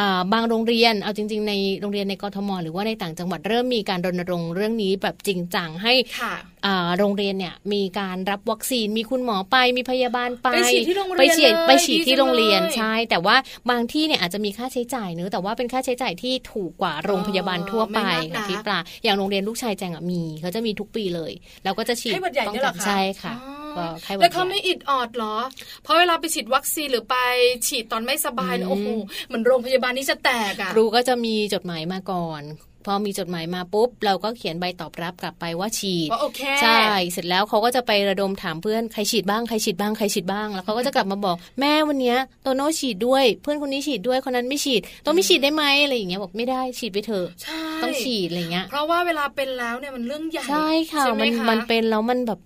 Speaker 2: อ่าบางโรงเรียนเอาจริง ๆ ในโรงเรียนในกทมหรือว่าในต่างจังหวัดเริ่มมีการรณรงค์เรื่องนี้แบบจริงจังให้
Speaker 3: ค่ะ
Speaker 2: อ่าโรงเรียนเนี่ยมีการรับวัคซีนมีคุณหมอไปมีพยาบาลไป
Speaker 3: ไปฉีดที่โรงเรียน
Speaker 2: ไปฉีด
Speaker 3: เลย
Speaker 2: ไปฉีดที่โรงเรียน
Speaker 3: ดีจังเลย
Speaker 2: ใช่ แต่ว่าบางที่เนี่ยอาจจะมีค่าใช้จ่ายเนอะแต่ว่าเป็นค่าใช้จ่ายที่ถูกกว่าโรงพยาบาลทั่วไป
Speaker 3: อ๋อไม่มากนะ
Speaker 2: ค่ะพี่ปลาอย่างโรงเรียนลูกชายแจงอะมีเขาจะมีทุกปีเลยแล้วก็จะ ฉีด
Speaker 3: ไข้หวัดใหญ่เนี่ยเหรอคะ
Speaker 2: ใช่ค่ะ
Speaker 3: อ๋อ
Speaker 2: ก็ไข้หวัด
Speaker 3: แล้วเขา
Speaker 2: ให
Speaker 3: ไม่
Speaker 2: ญ่
Speaker 3: อิดออดเหรอ เพราะเวลาไปฉีดวัคซีนหรือไปฉีดตอนไม่สบายเนี่ย
Speaker 2: อืม
Speaker 3: โอ้โหเหมือนโรงพยาบาลนี่จะแตกอะ
Speaker 2: ครูก็จะมีจดหมายมาก่อน พอมีจดหมายมาปุ๊บ เราก็เขียนใบตอบรับกลับไปว่าฉีด
Speaker 3: ว่าโอเค
Speaker 2: ใช่เสร็จแล้วเขาก็จะไประดมถามเพื่อนใครฉีดบ้างใครฉีดบ้างใครฉีดบ้างแล้วเขาก็จะกลับมาบอก แม่วันเนี้ยโตโน่ฉีดด้วย เพื่อนคนนี้ฉีดด้วยคนนั้นไม่ฉีดต้องไม่ฉีดได้ไหมอะไรอย่างเงี้ยบอกไม่ได้ฉีดไปเถอะ
Speaker 3: ใช่
Speaker 2: ต้องฉีดอะไรเงี้ย
Speaker 3: เพราะว่าเวลาเป็นแล้วเนี่ยมันเรื่องใหญ่
Speaker 2: ใช่ค่ะ
Speaker 3: ไห
Speaker 2: มัน
Speaker 3: คะ
Speaker 2: มันเป็นแล้วมันแบบ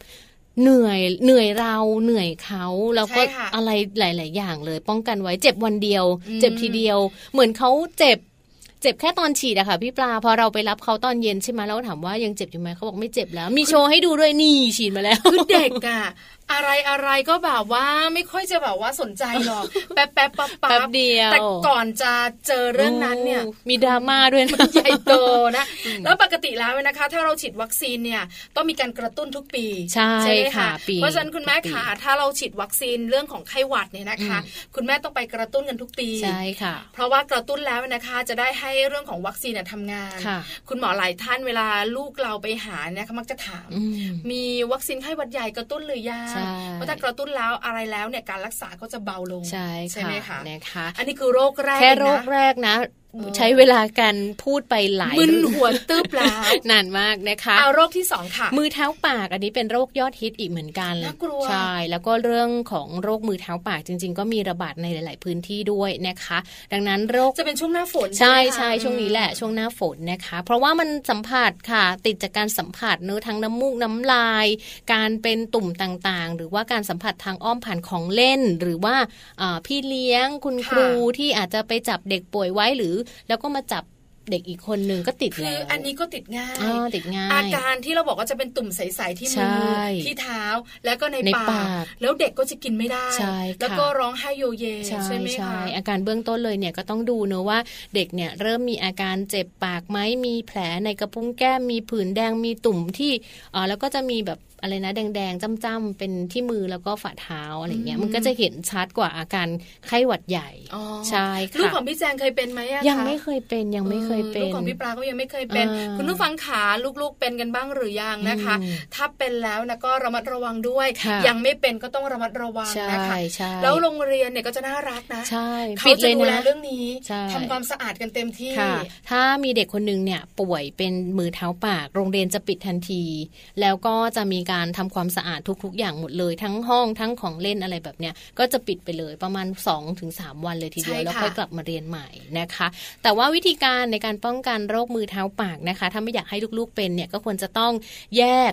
Speaker 2: เหนื่อยเหนื่อยเราเหนื่อยเขาแล้วก็
Speaker 3: ใช่ค่ะ
Speaker 2: อะไรหลาย ๆ อย่างเลย ป้องกันไว้เจ็บวันเดียว
Speaker 3: อืม
Speaker 2: เจ็บทีเดียว เหมือนเขาเจ็บ เจ็บแค่ตอนฉีดอะค่ะ พี่ปลาพอเราไปรับเขาตอนเย็นใช่ไหมแล้วถามว่ายังเจ็บอยู่ไหมเขาบอกไม่เจ็บแล้ว มีโชว์ให้ดูด้วยนี่ฉีดมาแล้ว
Speaker 3: คือเด็กอะอะไรอะไรก็แบบว่าไม่ค่อยจะแบบว่าสนใจหรอก แป๊บแป๊บปั๊บ
Speaker 2: แป๊
Speaker 3: ปั๊
Speaker 2: บเดียว
Speaker 3: แต่ก่อนจะเจอเรื่องนั้นเนี่ย
Speaker 2: โมีดราม่าด้วยนะ
Speaker 3: ใหญ่โตนะ แล้วปกติแล้วเนี่ยนะคะ ถ้าเราฉีดวัคซีนเนี่ยต้องมีการกระตุ้นทุกปี
Speaker 2: ใช่
Speaker 3: ไหม
Speaker 2: ค่ะปี
Speaker 3: เพราะฉะนั้นคุณแม่
Speaker 2: ทุกปี
Speaker 3: ค่ะถ้าเราฉีดวัคซีนเรื่องของไข้หวัดเนี่ยนะคะ
Speaker 2: อื
Speaker 3: คุณแม่ต้องไปกระตุ้นกันทุกปี
Speaker 2: ใช่ค่ะ
Speaker 3: เพราะว่ากระตุ้นแล้วนะคะจะได้ให้เรื่องของวัคซีนเนี่ยทำงาน
Speaker 2: ค่ะ
Speaker 3: ณหมอหลายท่านเวลาลูกเราไปหาเนี่ยเขามักจะถาม
Speaker 2: อืม
Speaker 3: มีวัคซีนไข้หวัดใหญ่กระตุ้นหรือยัง
Speaker 2: ใช่
Speaker 3: เพราะถ้ากระตุ้นแล้วอะไรแล้วเนี่ยการรักษาก็จะเบาลง
Speaker 2: ใช่
Speaker 3: ไหม
Speaker 2: ค่ะ
Speaker 3: คะ
Speaker 2: นะคะ
Speaker 3: อันนี้คือโรคแรก
Speaker 2: แค่
Speaker 3: เลยนะ
Speaker 2: โรคแรกนะ
Speaker 3: เออ
Speaker 2: ใช้เวลากันพูดไปหลาย
Speaker 3: มึนหัวตึ๊บแล้ว
Speaker 2: นานมากนะคะ
Speaker 3: เอาโรคที่สองค่ะ
Speaker 2: มือเท้าปากอันนี้เป็นโรคยอดฮิตอีกเหมือนกัน
Speaker 3: น่ากลัว
Speaker 2: ใช่แล้วก็เรื่องของโรคมือเท้าปากจริง ๆ ก็มีระบาดในหลาย ๆ พื้นที่ด้วยนะคะ ดังนั้นโรค
Speaker 3: จะเป็นช่วงหน้าฝน
Speaker 2: ใช่
Speaker 3: ไหมคะ
Speaker 2: ใช่ช่วงนี้แหละช่วงหน้าฝนนะคะ เพราะว่ามันสัมผัสค่ะ ติดจากการสัมผัสเนื้อะทั้งน้ำมูกน้ำลาย การเป็นตุ่มต่างๆ หรือว่าการสัมผัสทางอ้อมผ่านของเล่น หรือว่าอ่าพี่เลี้ยงคุณครูที่อาจจะไปจับเด็กป่วยไว้หรือ แล้วก็มาจับเด็กอีกคนนึงก็ติด
Speaker 3: คื
Speaker 2: แล้
Speaker 3: อ
Speaker 2: ว
Speaker 3: อันนี้ก็ติดง่าย
Speaker 2: อ่าติดง่าย
Speaker 3: อาการที่เราบอกว่าจะเป็นตุ่มใสๆที่มือ
Speaker 2: ใช่
Speaker 3: ที่เท้าแล้วก็ใน
Speaker 2: ใน
Speaker 3: ปา
Speaker 2: ปาก ก
Speaker 3: แล้วเด็กก็จะกินไม่ได้
Speaker 2: ใช่ค่ะ
Speaker 3: แล้วก็ร้องไห้โยเย
Speaker 2: ใช่
Speaker 3: ไหม
Speaker 2: ใช่
Speaker 3: คะ
Speaker 2: อาการเบื้องต้นเลยเนี่ยก็ต้องดูเนอะว่าเด็กเนี่ยเริ่มมีอาการเจ็บปากไหมมีแผลในกระพุ้งแก้มมีผื่นแดงมีตุ่มที่เอ่อแล้วก็จะมีแบบอะไรนะแดงๆจ้ำๆเป็นที่มือแล้วก็ฝ่าเท้าอะไรเงี้ยมันก็จะเห็นชัดกว่าอาการไข้หวัดใหญ่
Speaker 3: อ๋อ
Speaker 2: ใช่
Speaker 3: ลูก
Speaker 2: ค่ะ
Speaker 3: ของพี่แจงเคยเป็นไหมอะ
Speaker 2: ยัง
Speaker 3: คะ
Speaker 2: ไม่เคยเป็นยังไม่เคย ยเป็น
Speaker 3: ลูกของพี่ปลาก็ยังไม่เคยเป็น
Speaker 2: อ่า
Speaker 3: คุณผู้ฟังขาลูกๆเป็นกันบ้างหรือยังนะคะ
Speaker 2: อืม
Speaker 3: ถ้าเป็นแล้วนะก็ระมัดระวังด้วย
Speaker 2: ค่ะ
Speaker 3: ยังไม่เป็นก็ต้องระมัดระวัง
Speaker 2: ใช่
Speaker 3: นะคะ
Speaker 2: ใช่
Speaker 3: แล้วโรงเรียนเนี่ยก็จะน่ารักนะ
Speaker 2: ใช่
Speaker 3: เขา
Speaker 2: ปิด
Speaker 3: จะ
Speaker 2: เลย
Speaker 3: ดูแล
Speaker 2: นะ
Speaker 3: เรื่องนี้
Speaker 2: ใช่
Speaker 3: ทำความสะอาดกันเต็มที่
Speaker 2: ค่ะ ถ้ามีเด็กคนหนึงเนี่ยป่วยเป็นมือเท้าปาก โรงเรียนจะปิดทันที แล้วก็จะมีการทำความสะอาดทุกๆ อย่างหมดเลย ทั้งห้องทั้งของเล่นอะไรแบบเนี้ยก็จะปิดไปเลยประมาณ 2-3 วันเลยทีเดียว
Speaker 3: ใช่ค่ะ
Speaker 2: แล้วค่อยกลับมาเรียนใหม่นะคะ แต่ว่าวิธีการในการป้องกันโรคมือเท้าปากนะคะ ถ้าไม่อยากให้ลูกๆเป็นเนี่ยก็ควรจะต้องแยก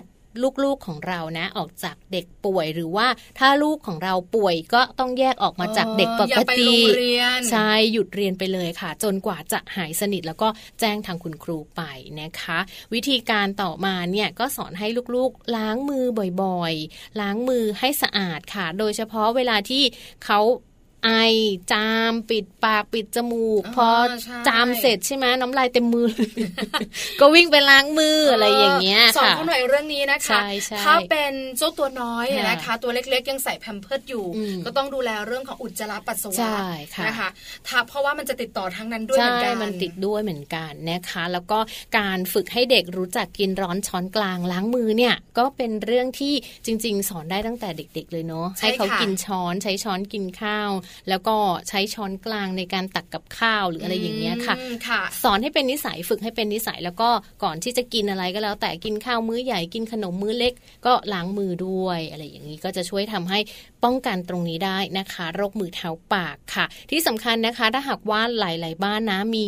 Speaker 2: ลูกๆของเรานะ ออกจากเด็กป่วยหรือว่าถ้าลูกของเราป่วยก็ต้องแยกออกมาจากเด็กป
Speaker 3: ออก ย่าไป
Speaker 2: ติ
Speaker 3: โรงเรียน
Speaker 2: ใช่หยุดเรียนไปเลยค่ะ จนกว่าจะหายสนิทแล้วก็แจ้งทางคุณครูไปนะคะ วิธีการต่อมาเนี่ยก็สอนให้ลูกๆ ล้างมือบ่อยๆ ล้างมือให้สะอาดค่ะ โดยเฉพาะเวลาที่เขาไอจาม ปิดปากปิดจมูก
Speaker 3: อ่า
Speaker 2: พอ
Speaker 3: ใช่
Speaker 2: จามเสร็จใช่ไหมน้ำลายเต็มมือเลย ก็วิ่งไปล้างมืออะไรอย่างเงี้ย
Speaker 3: สอน
Speaker 2: ค่ะ
Speaker 3: เขาหน่อยเรื่องนี้นะคะ
Speaker 2: ใช่ใช่
Speaker 3: ถ้าเป็นเจ้าตัวน้อย
Speaker 2: ค่ะ
Speaker 3: นะคะ ตัวเล็กๆ ยังใส่แพมเพิร์ดอยู่
Speaker 2: อืม
Speaker 3: ก็ต้องดูแลเรื่องของอุจจาระปัสสาวะ
Speaker 2: ใช่ค่ะ
Speaker 3: นะคะถ้าเพราะว่ามันจะติดต่อทั้งนั้นด้วยเหมือนกัน
Speaker 2: ใช่ มันติดด้วยเหมือนกันนะคะ แล้วก็การฝึกให้เด็กรู้จักกินร้อนช้อนกลางล้างมือเนี่ย ก็เป็นเรื่องที่จริง ๆ สอนได้ตั้งแต่เด็ก ๆ เลยเนาะ
Speaker 3: ใช่
Speaker 2: ให้เขา
Speaker 3: ค่ะ
Speaker 2: กินช้อนใช้ช้อนกินข้าว แล้วก็ใช้ช้อนกลางในการตักกับข้าวหรืออะไรอย่างเงี้ยค่ะ
Speaker 3: อืมค่ะ
Speaker 2: สอนให้เป็นนิสัยฝึกให้เป็นนิสัยแล้วก็ก่อนที่จะกินอะไรก็แล้ว แต่กินข้าวมื้อใหญ่กินขนมมื้อเล็ก ก็ล้างมือด้วย อะไรอย่างนี้ก็จะช่วยทำให้ป้องกันตรงนี้ได้นะคะ โรคมือเท้าปากค่ะ ที่สำคัญนะคะถ้าหากว่าหลาย ๆ บ้านนะมี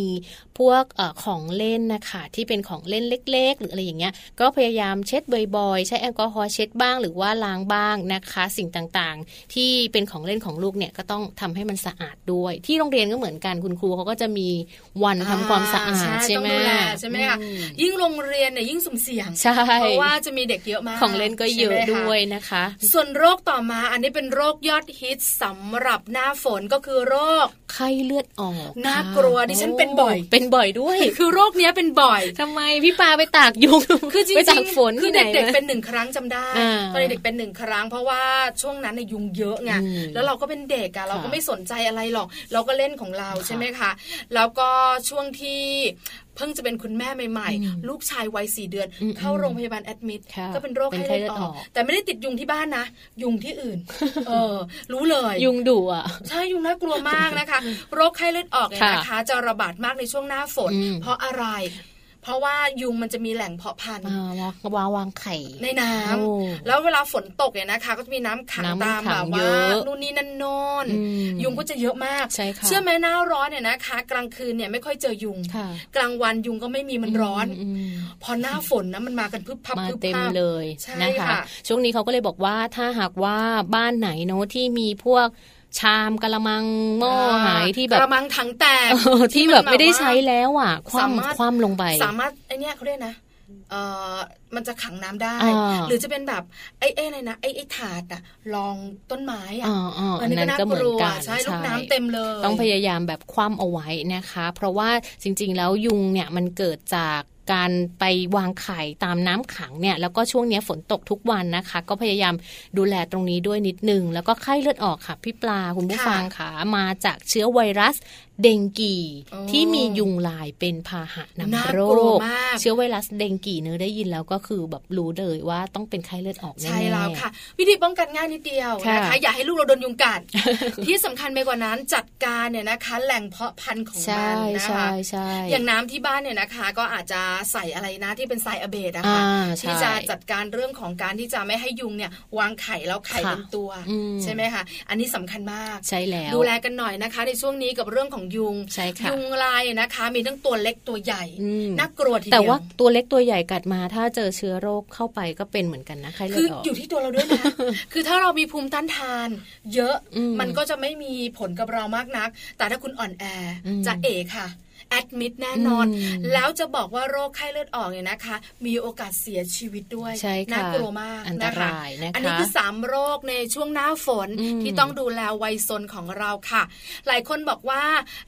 Speaker 2: พวกเออของเล่นนะคะที่เป็นของเล่นเล็ก ๆ หรืออะไรอย่างเงี้ยก็พยายามเช็ดบ่อยๆ ใช้แอลกอฮอล์เช็ดบ้างหรือว่าล้างบ้างนะคะ สิ่งต่างๆ ที่เป็นของเล่นของลูกเนี่ยก็ต้องทำให้มันสะอาดด้วย ที่โรงเรียนก็เหมือนกันคุณครูเขาก็จะมีวัน ทำความสะอาดใช่
Speaker 3: ต้อง
Speaker 2: ไหม
Speaker 3: ดูแลใช่ไหมคะ
Speaker 2: อืม
Speaker 3: ยิ่งโรงเรียนเนี่ยยิ่งสุ่มเสี่ยง
Speaker 2: ใช่
Speaker 3: เพราะว่าจะมีเด็กเยอะมาก
Speaker 2: ของเล่นก็เยอะ
Speaker 3: ใช่ไหมค
Speaker 2: ด้วยนะคะ
Speaker 3: ส่วนโรคต่อมาอันนี้เป็นโรคยอดฮิตสำหรับหน้าฝนก็คือโรค
Speaker 2: ไข้เลือดออก
Speaker 3: น่า
Speaker 2: ค่ะ
Speaker 3: กลัวดิฉันเป็นบ่อย
Speaker 2: เป็นบ่อยด้วย
Speaker 3: คือโรคเนี้ยเป็นบ่อย
Speaker 2: ทำไมพี่ปาไปตากยุง
Speaker 3: คือจริ
Speaker 2: ไป
Speaker 3: ง
Speaker 2: ตากฝน
Speaker 3: ๆคือ
Speaker 2: ที่ไหน
Speaker 3: เด็กๆ
Speaker 2: มา
Speaker 3: เป็นหนึ่งครั้งจำได้
Speaker 2: อ่า
Speaker 3: ตอนเด็กๆเป็นหนึ่งครั้ง เพราะว่าช่วงนั้นน่ยยุงเยอะไง
Speaker 2: อืม
Speaker 3: แล้วเราก็เป็นเด็กอะเราก็
Speaker 2: ค่ะ
Speaker 3: ไม่สนใจอะไรหรอก เราก็เล่นของเรา
Speaker 2: ค่ะ
Speaker 3: ใช่ไหมคะแล้วก็ช่วงที่เพิ่งจะเป็นคุณแม่ใหม่ๆ ลูกชายวัยสี่เดือน
Speaker 2: อืม
Speaker 3: เข้าโรงพยาบาลแอดมิด
Speaker 2: ค่ะ
Speaker 3: ก็เป็นโรค
Speaker 2: เป็น
Speaker 3: ไข้
Speaker 2: ไข้
Speaker 3: เลือด
Speaker 2: เลือดอ
Speaker 3: ออ
Speaker 2: อก ก
Speaker 3: แต่ไม่ได้ติดยุงที่บ้านนะ ยุงที่อื่ น เออ รู้เลย
Speaker 2: ยุงดุอ่ะ
Speaker 3: ใช่ยุงน่ากลัวมากนะคะ โรคไข้เลือดออกเนี่ย
Speaker 2: ค่ะ
Speaker 3: นะคะ จะระบาดมากในช่วงหน้าฝน
Speaker 2: อืม
Speaker 3: เพราะอะไร เพราะว่ายุงมันจะมีแหล่งเพาะพันธุ์
Speaker 2: อ่าวางวางไข่
Speaker 3: ในน้ำ
Speaker 2: โอ้
Speaker 3: แล้วเวลาฝนตกเนี่ยนะคะ ก็จะมีน้ำขัง
Speaker 2: น้ำ
Speaker 3: ตาม
Speaker 2: ขัง
Speaker 3: แบบ
Speaker 2: เย
Speaker 3: ว่า
Speaker 2: อะ
Speaker 3: นู่นนี่นั่นโนอน
Speaker 2: อืม
Speaker 3: ยุงก็จะเยอะมาก
Speaker 2: ใช่ค่ะ
Speaker 3: เชื่อไหมหน้าร้อนเนี่ยนะคะ กลางคืนเนี่ยไม่ค่อยเจอยุง
Speaker 2: ค่ะ
Speaker 3: กลางวันยุงก็ไม่มีมันร้อน
Speaker 2: มม
Speaker 3: พอหน้าฝนนะมันมากันพึบพับ
Speaker 2: มา
Speaker 3: พึบ
Speaker 2: เต็ม
Speaker 3: พับ
Speaker 2: เลย
Speaker 3: ใช่
Speaker 2: นะคะ
Speaker 3: ค่ะ
Speaker 2: ช่วงนี้เขาก็เลยบอกว่าถ้าหากว่าบ้านไหนเนอะที่มีพวกชามกะละมังหม้ออา หายที่แบบ
Speaker 3: กระมังถังแตก
Speaker 2: เออที่
Speaker 3: ที่มัน
Speaker 2: แบบไม่ได้
Speaker 3: แบบว่า
Speaker 2: ใช้แล้วอ่ะ ค
Speaker 3: สามารถ
Speaker 2: ว่ำคว่ำลงไป
Speaker 3: สามารถไอเนี้ยเขาเรียกนะเอ่อมันจะขังน้ำได้
Speaker 2: อ่า
Speaker 3: หรือจะเป็นแบบไอ้ไอ้อะไรนะไอ้ไอ้ถาดอะรองต้นไม้อะ
Speaker 2: อ๋ออ๋ออั
Speaker 3: น
Speaker 2: น
Speaker 3: นี้
Speaker 2: นั้นก็
Speaker 3: ก็
Speaker 2: เหมื
Speaker 3: น่า
Speaker 2: อก น
Speaker 3: ลัว
Speaker 2: กัน
Speaker 3: ใช่ลูกน้ำ
Speaker 2: ใช่
Speaker 3: เต็มเลย
Speaker 2: ต้องพยายามแบบคว่ำเอาไว้นะคะ เพราะว่าจริงๆ แล้วยุงเนี่ยมันเกิดจากการไปวางไข่ตามน้ำขังเนี่ยแล้วก็ช่วงเนี้ยฝนตกทุกวันนะคะ ก็พยายามดูแลตรงนี้ด้วยนิดนึง แล้วก็ไข้เลือดออกค่ะพี่ปลาคุณผู้ฟังค่ะมาจากเชื้อไวรัสเดงกี ที่มียุงลายเป็นพาหะนำ
Speaker 3: น่า
Speaker 2: โร
Speaker 3: กลัว
Speaker 2: ค
Speaker 3: มาก
Speaker 2: เชื้อไวรัสเดงกีเนื้อะได้ยินแล้วก็คือแบบรู้เลยว่าต้องเป็นไข้เลือดออกแน่ๆ
Speaker 3: ใช่แล้วค่ะ วิธีป้องกันง่ายนิดเดียว
Speaker 2: ค่ะ
Speaker 3: นะคะ อย่าให้ลูกเราโดนยุง กัด ที่สำคัญไปกว่านั้นจัดการเนี่ยนะคะ แหล่งเพาะพันธุ์ของ
Speaker 2: ใช่
Speaker 3: มันนะคะ
Speaker 2: ใช่ใช่
Speaker 3: อย่างน้ำที่บ้านเนี่ยนะคะ ก็อาจจะใส่อะไรนะที่เป็นทรายอะเบดนะคะ
Speaker 2: อ่าใช่
Speaker 3: ที่จะจัดการเรื่องของการที่จะไม่ให้ยุงเนี่ยวางไข่แล้วไข่
Speaker 2: ค่ะ
Speaker 3: เป็นตัว
Speaker 2: อืม
Speaker 3: ใช่ไหมคะอันนี้สำคัญมาก
Speaker 2: ใช่แล้ว
Speaker 3: ดูแลกันหน่อยนะคะ ในช่วงนี้กับเรื่องของยุง
Speaker 2: ใช่ค่ะ
Speaker 3: ยุงลายนะคะ มีทั้งตัวเล็กตัวใหญ่
Speaker 2: อืม
Speaker 3: น่ากลัวทีเดียว
Speaker 2: แต่ว่าตัวเล็กตัวใหญ่กัดมาถ้าเจอเชื้อโรคเข้าไปก็เป็นเหมือนกันนะไข้เลื
Speaker 3: คือ อ
Speaker 2: ดออก
Speaker 3: อยู่ที่ตัวเราด้วยนะ คือถ้าเรามีภูมิต้านทาน เยอะ
Speaker 2: อืม
Speaker 3: มันก็จะไม่มีผลกับเรามากนัก แต่ถ้าคุณอ่อนแออ
Speaker 2: ม
Speaker 3: จะเอค่ะ แอดมิดแน่นอน
Speaker 2: อืม
Speaker 3: แล้วจะบอกว่าโรคไข้เลือดออกเนี่ยนะคะ มีโอกาสเสียชีวิตด้วย
Speaker 2: ใช่ค่ะ
Speaker 3: น่ากลัวมาก
Speaker 2: อันต
Speaker 3: นะคะ
Speaker 2: รายนะคะ
Speaker 3: อันนี้คือ3โรคในช่วงหน้าฝน
Speaker 2: อืม
Speaker 3: ที่ต้องดูแลวัยซนของเราค่ะ หลายคนบอกว่า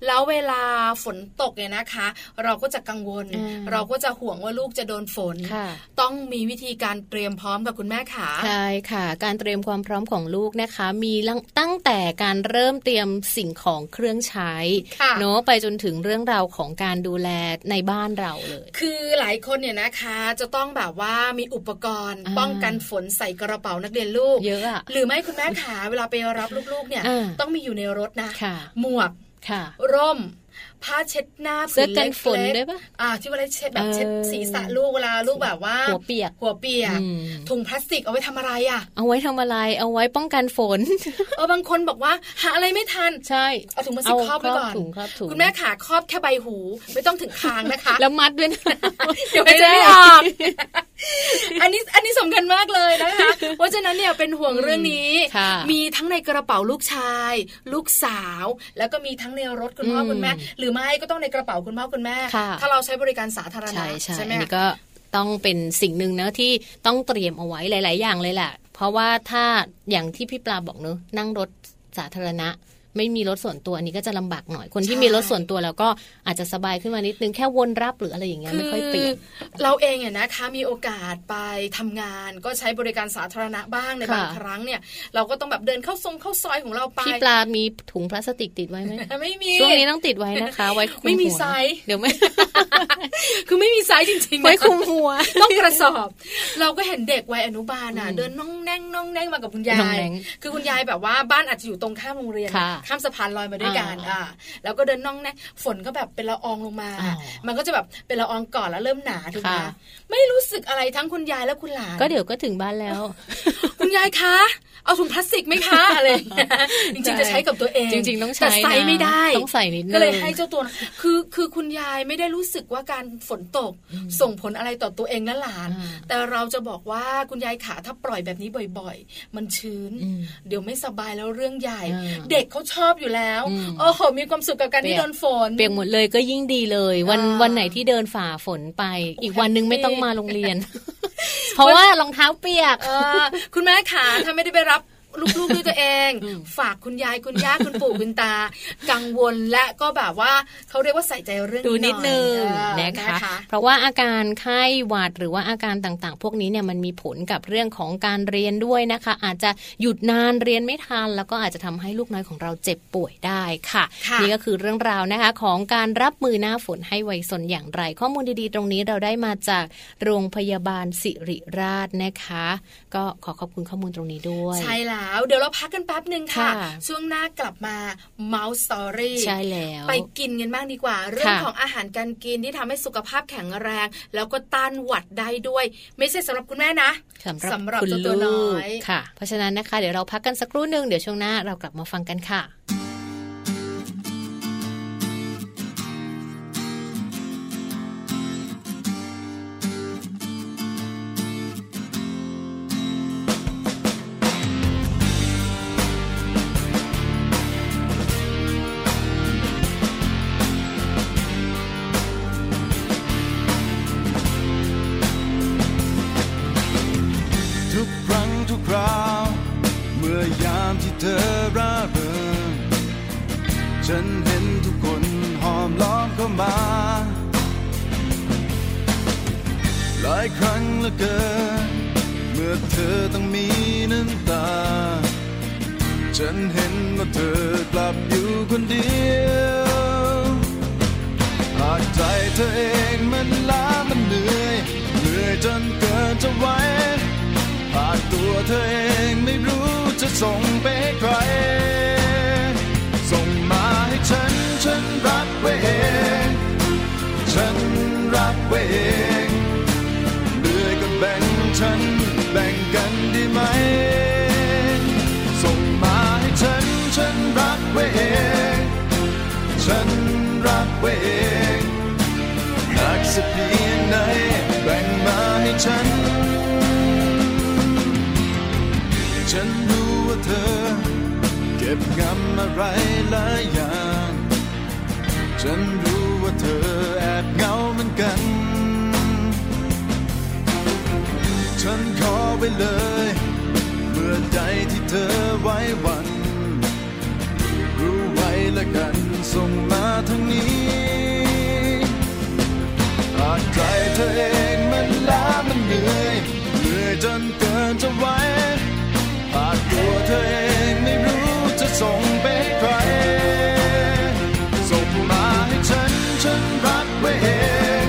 Speaker 3: แล้วเวลาฝนตกเนี่ยนะคะ เราก็จะกังวล
Speaker 2: อ่า
Speaker 3: เราก็จะห่วงว่าลูกจะโดนฝน
Speaker 2: ค่ะ
Speaker 3: ต้องมีวิธีการเตรียมพร้อมกับคุณแม่ขา
Speaker 2: ใช่ค่ะ การเตรียมความพร้อมของลูกนะคะ มีตั้งแต่การเริ่มเตรียมสิ่งของเครื่องใช้
Speaker 3: ค่ะ
Speaker 2: เนอะไปจนถึงเรื่องราว ของการดูแลในบ้านเราเลย
Speaker 3: คือหลายคนเนี่ยนะคะจะต้องแบบว่ามีอุปกรณ์
Speaker 2: อ่า
Speaker 3: ป้องกันฝนใส่กระเป๋านักเรียนลูก
Speaker 2: เยอะอะ
Speaker 3: หรือไม่คุณแม่ขาเวลาไปรับลูกๆเนี่ย
Speaker 2: อ่า
Speaker 3: ต้องมีอยู่ในรถนะ
Speaker 2: ค่ะ
Speaker 3: หมวก
Speaker 2: ค่ะ
Speaker 3: ร่ม ผ้าเช็ดหน้า
Speaker 2: เสื้อกันฝน
Speaker 3: ผื
Speaker 2: ด้
Speaker 3: เล็
Speaker 2: วยปะ
Speaker 3: อ่า ที่เวลาเช็ดแบบ
Speaker 2: เออ
Speaker 3: เช็ดศีรษะลูกเวลาลูกแบบว่า
Speaker 2: หัวเปียก
Speaker 3: หัวเปียก
Speaker 2: อืม
Speaker 3: ถุงพลาสติกเอาไว้ทำอะไรอ่ะ
Speaker 2: เอาไว้ทำอะไร เอาไว้ป้องกันฝน
Speaker 3: เออบางคนบอกว่า หาอะไรไม่ทัน
Speaker 2: ใช่
Speaker 3: เอาถุงพลาสติกครอบไว้ก่อน
Speaker 2: ถุงครอบถุง
Speaker 3: คุณแม่ขาครอบแค่ใบหูไม่ต้องถึงคางนะคะ
Speaker 2: แล้วมัดด้วยนะ
Speaker 3: เดี๋ยวมันจะไม่ออก อันนี้อันนี้สำคัญมากเลย นะคะเพราะฉะนั้นเนี่ยเป็นห่วงเรื่องนี้
Speaker 2: ค่ะ
Speaker 3: มีทั้งในกระเป๋าลูกชาย ลูกสาว แล้วก็มีทั้งในรถคุณพ่อคุณแม่ หรือไม่ก็ต้องในกระเป๋าคุณพ่อคุณแม่
Speaker 2: ค่ะ
Speaker 3: ถ้าเราใช้บริการสาธารณะ
Speaker 2: ใช่ใช่
Speaker 3: ไหม
Speaker 2: อันนี้ก็ต้องเป็นสิ่งหนึ่งนะที่ต้องเตรียมเอาไว้หลาย ๆ อย่างเลยแหละ เพราะว่าถ้าอย่างที่พี่ปลาบอกเนอะนั่งรถสาธารณะ ไม่มีรถส่วนตัวอันนี้ก็จะลำบากหน่อย คนที่มีรถส่วนตัวแล้วก็อาจจะสบายขึ้นมานิดนึงแค่วนรับหรืออะไรอย่างเงี้ย
Speaker 3: คื
Speaker 2: ไม่
Speaker 3: อ
Speaker 2: ค่อยเปลี่ยน
Speaker 3: เราเองเนี่ยนะคะมีโอกาสไปทำงาน ก็ใช้บริการสาธารณะบ้างใน
Speaker 2: ค่ะ
Speaker 3: บางครั้งเนี่ย เราก็ต้องแบบเดินเข้าซงเข้าซอยของเราไป
Speaker 2: พี่ปลามีถุงพลาสติกติดไว้ไหม
Speaker 3: ไม่มี
Speaker 2: ช่วงนี้ต้องติดไว้นะคะ ไว้คลุมหัว
Speaker 3: ไม่มีไซส์
Speaker 2: เดี๋ยวไม่
Speaker 3: คือไม่มีไซส์จริงๆนะ
Speaker 2: ไว้คลุมหัว
Speaker 3: ต้องกระสอบ เราก็เห็นเด็กวัยอนุบาลน่ะเดินน่องแน่งน่องแน่งมากับคุณยา
Speaker 2: น่อง
Speaker 3: ย
Speaker 2: แน่ง
Speaker 3: คือคุณยายแบบว่าบ้านอาจจะอยู่ตรงข้ามโรงเรียน
Speaker 2: ค่ะ
Speaker 3: ข้ามสะพานลอยมาด้วยกัน
Speaker 2: อ่า
Speaker 3: อ่าแล้วก็เดินน่องแน่งฝนก็แบบเป็นละอองลงมา
Speaker 2: อ๋อ
Speaker 3: มันก็จะแบบเป็นละอองก่อนแล้วเริ่มหนาถูกไหม
Speaker 2: ค่ะ
Speaker 3: ไม่รู้สึกอะไรทั้งคุณยายและคุณหลาน
Speaker 2: ก็เดี๋ยวก็ถึงบ้านแล้ว
Speaker 3: คุณยายคะ เอาถุงพลาสติกไหมคะอะไรอย่างเงี้ย จริงๆจะใช้กับตัวเอง
Speaker 2: จริงๆต้องใช้
Speaker 3: แต่ใส่
Speaker 2: นะ
Speaker 3: ไม่ได้
Speaker 2: ต้องใส่นิดนึง
Speaker 3: ก็เลยให้เจ้าตัวนะคือคือคุณยายไม่ได้รู้สึกว่าการฝนตกส่งผลอะไรต่อตัวเองและหลาน
Speaker 2: อ่า
Speaker 3: แต่เราจะบอกว่าคุณยายขาถ้าปล่อยแบบนี้บ่อยๆ มันชื้น
Speaker 2: อืม
Speaker 3: เดี๋ยวไม่สบายแล้วเรื่องใหญ่
Speaker 2: อ่า
Speaker 3: เด็กเขาชอบอยู่แล้ว
Speaker 2: อืม
Speaker 3: โอ้โหมีความสุขกับการที่
Speaker 2: เปียก
Speaker 3: โดนฝน
Speaker 2: เปียกหมดเลยก็ยิ่งดีเลย วัน
Speaker 3: อ่า
Speaker 2: วันไหนที่เดินฝ่าฝนไป อีกวันหนึง
Speaker 3: แฮปปี้
Speaker 2: ไม่ต้องมาโรงเรียน เพราะว่ารองเท้าเปียก
Speaker 3: เออคุณแม่ขาถ้าไม่ได้ไปรับลูกๆด้วยตัวเอง ฝากคุณยายคุณย่าคุณปู่คุณตา กังวลและก็แบบว่าเขาเรียกว่าใส่ใจเรื่อง
Speaker 2: ดูนิดนึง
Speaker 3: หอยเออ
Speaker 2: นะคะ
Speaker 3: นะคะ
Speaker 2: เพราะว่าอาการไข้หวัดหรือว่าอาการต่างๆ พวกนี้เนี่ยมันมีผลกับเรื่องของการเรียนด้วยนะคะ อาจจะหยุดนานเรียนไม่ทัน แล้วก็อาจจะทำให้ลูกน้อยของเราเจ็บป่วยได้ค่ะ
Speaker 3: ค่ะ
Speaker 2: นี่ก็คือเรื่องราวนะคะ ของการรับมือหน้าฝนให้ไวสนอย่างไร ข้อมูลดีๆ ตรงนี้เราได้มาจากโรงพยาบาลสิริราชนะคะ ก็ขอขอบคุณข้อมูลตรงนี้ด้วย
Speaker 3: ใช่แล้วเดี๋ยวเราพักกันแป๊บหนึ่งค่ะ
Speaker 2: ค่ะ
Speaker 3: ช่วงหน้ากลับมาเมาส์สตอรี่
Speaker 2: ใช่แล้ว
Speaker 3: ไปกินกันบ้างดีกว่า เรื่อง
Speaker 2: ค่ะ
Speaker 3: ของอาหารการกินที่ทำให้สุขภาพแข็งแรง แล้วก็ต้านหวัดได้ด้วย ไม่ใช่สำหรับคุณแม่นะ
Speaker 2: สำหรับ
Speaker 3: หรับ
Speaker 2: คุณ
Speaker 3: เจ้าตัว
Speaker 2: ลู
Speaker 3: น้อก ย
Speaker 2: ค่ะ เพราะฉะนั้นนะคะ เดี๋ยวเราพักกันสักครู่หนึ่งเดี๋ยวช่วงหน้าเรากลับมาฟังกันค่ะ
Speaker 6: ทุกครั้งทุกคราว เมื่อยามที่เธอร่าเริงฉันเห็นทุกคนหอมล้อมเข้ามา หลายครั้งเหลือเกิน เมื่อเธอต้องมีน้ำตา ฉันเห็นว่าเธอกลับอยู่คนเดียวหากใจเธอเองมันล้ามันเหนื่อยเหนื่อยจนเกินจะไหว หากตัวเธอเองไม่รู้จะส่งไปให้ใคร ส่งมาให้ฉัน ฉันรักไว้เอง ฉันรักไว้เองเหนื่อยก็แบ่งฉันแบ่งกันได้ไหม ส่งมาให้ฉัน ฉันรักไว้เอง ฉันรักไว้เองหากสักเพียงไหนแบ่งมาให้ฉัน ฉันรู้ว่าเธอ เก็บงำอะไรหลายอย่าง ฉันรู้ว่าเธอแอบเหงาเหมือนกัน ฉันขอไปเลย เมื่อใดที่เธอไว้วัน รู้ไว้ละกันส่งมาทางนี้ หากใจเธอเองมันล้ามันเหนื่อยเหนื่อยจนเกินจะไหว หากตัวเธอเองไม่รู้จะส่งไปให้ใคร ส่งมาให้ฉัน ฉัน ไว้เอง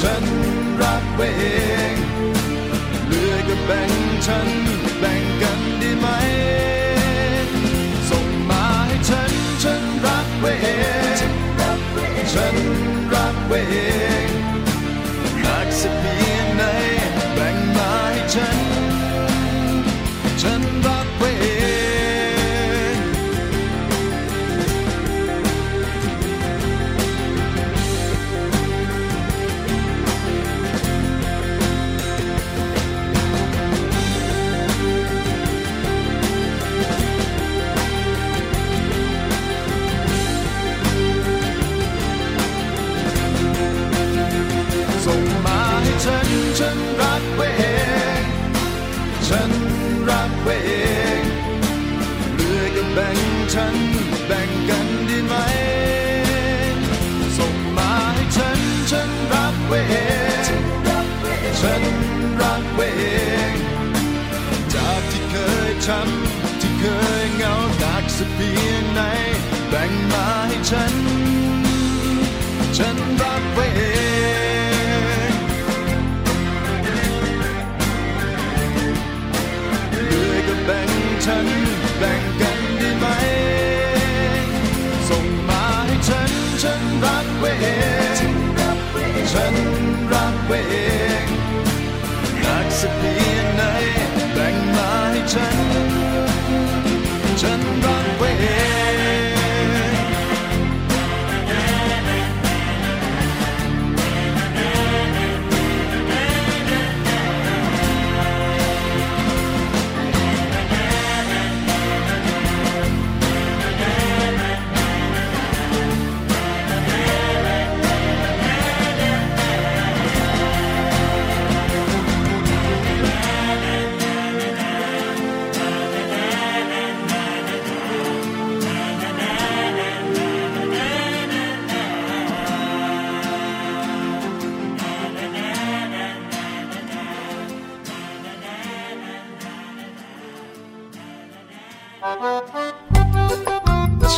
Speaker 6: ฉันรักไว้เอง เหลือก็แบ่งฉันแบ่งกันได้ไหม ส่งมาให้ฉัน ฉันรักไว้เอง ฉันรักไว้เองหนักสักเพียงไหนแบ่งมาให้ฉัน ฉันรักไว้เอง ส่งมาให้ฉัน ฉันรักไว้เอง ฉันรักไว้เอง เหลือก็แบ่งฉันแบ่งกันได้ไหม ส่งมาให้ฉัน ฉันรักไว้เอง ฉันรักไว้เอง จากที่เคยช้ำที่เคยเหงาหนักสักเพียงไหน แบ่งมาให้ฉัน ฉันรักไว้เอง เหลือก็แบ่งฉันแบ่งกันได้ไหม ส่งมาให้ฉัน ฉันรักไว้เอง ฉันรักไว้เองหนักสักเพียงไหนแบ่งมาให้ฉัน ฉันรักไว้เอง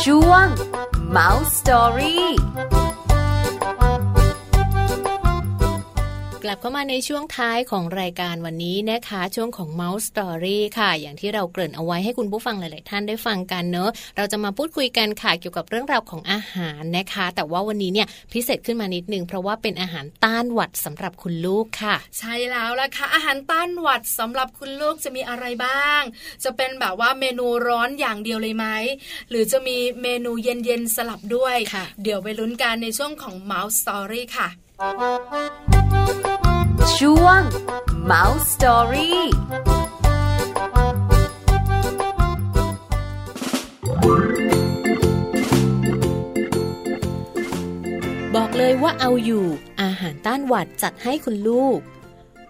Speaker 5: ช่วง Mouse Story
Speaker 2: กลับเข้ามาในช่วงท้ายของรายการวันนี้นะคะ ช่วงของ Mouse Story ค่ะ อย่างที่เราเกริ่นเอาไว้ให้คุณผู้ฟังหลาย ๆ ท่านได้ฟังกันเนอะเราจะมาพูดคุยกันค่ะเกี่ยวกับเรื่องราวของอาหารนะคะ แต่ว่าวันนี้เนี่ยพิเศษขึ้นมานิดนึงเพราะว่าเป็นอาหารต้านหวัดสำหรับคุณลูกค่ะ
Speaker 3: ใช่แล้วล่ะค่ะ อาหารต้านหวัดสำหรับคุณลูกจะมีอะไรบ้าง จะเป็นแบบว่าเมนูร้อนอย่างเดียวเลยไหม หรือจะมีเมนูเย็นๆ สลับด้วย
Speaker 2: ค่ะ
Speaker 3: เดี๋ยวไปลุ้นกันในช่วงของ Mouse Story ค่ะ
Speaker 5: ช่วง Mouse Story
Speaker 2: บอกเลยว่าเอาอยู่ อาหารต้านหวัดจัดให้คุณลูก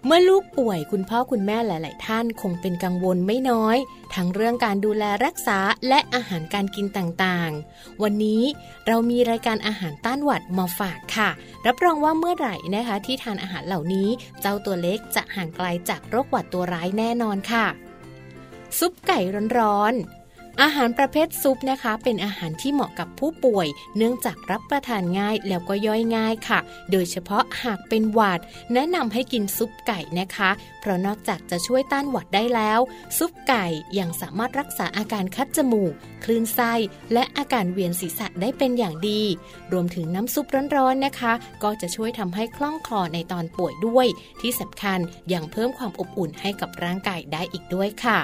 Speaker 2: เมื่อลูกป่วยคุณพ่อคุณแม่หลาย ๆ ท่านคงเป็นกังวลไม่น้อย ทั้งเรื่องการดูแลรักษาและอาหารการกินต่าง ๆ วันนี้เรามีรายการอาหารต้านหวัดมาฝากค่ะ รับรองว่าเมื่อไหร่นะคะ ที่ทานอาหารเหล่านี้ เจ้าตัวเล็กจะห่างไกลจากโรคหวัดตัวร้ายแน่นอนค่ะ ซุปไก่ร้อนๆ อาหารประเภทซุปนะคะ เป็นอาหารที่เหมาะกับผู้ป่วย เนื่องจากรับประทานง่ายแล้วก็ย่อยง่ายค่ะ โดยเฉพาะหากเป็นหวัด แนะนำให้กินซุปไก่นะคะ เพราะนอกจากจะช่วยต้านหวัดได้แล้ว ซุปไก่ยังสามารถรักษาอาการคัดจมูก คลื่นไส้และอาการเวียนศีรษะได้เป็นอย่างดี รวมถึงน้ำซุปร้อนๆนะคะ ก็จะช่วยทำให้คล่องคลอในตอนป่วยด้วย ที่สำคัญยังเพิ่มความอบอุ่นให้กับร่างกายได้อีกด้วยค่ะ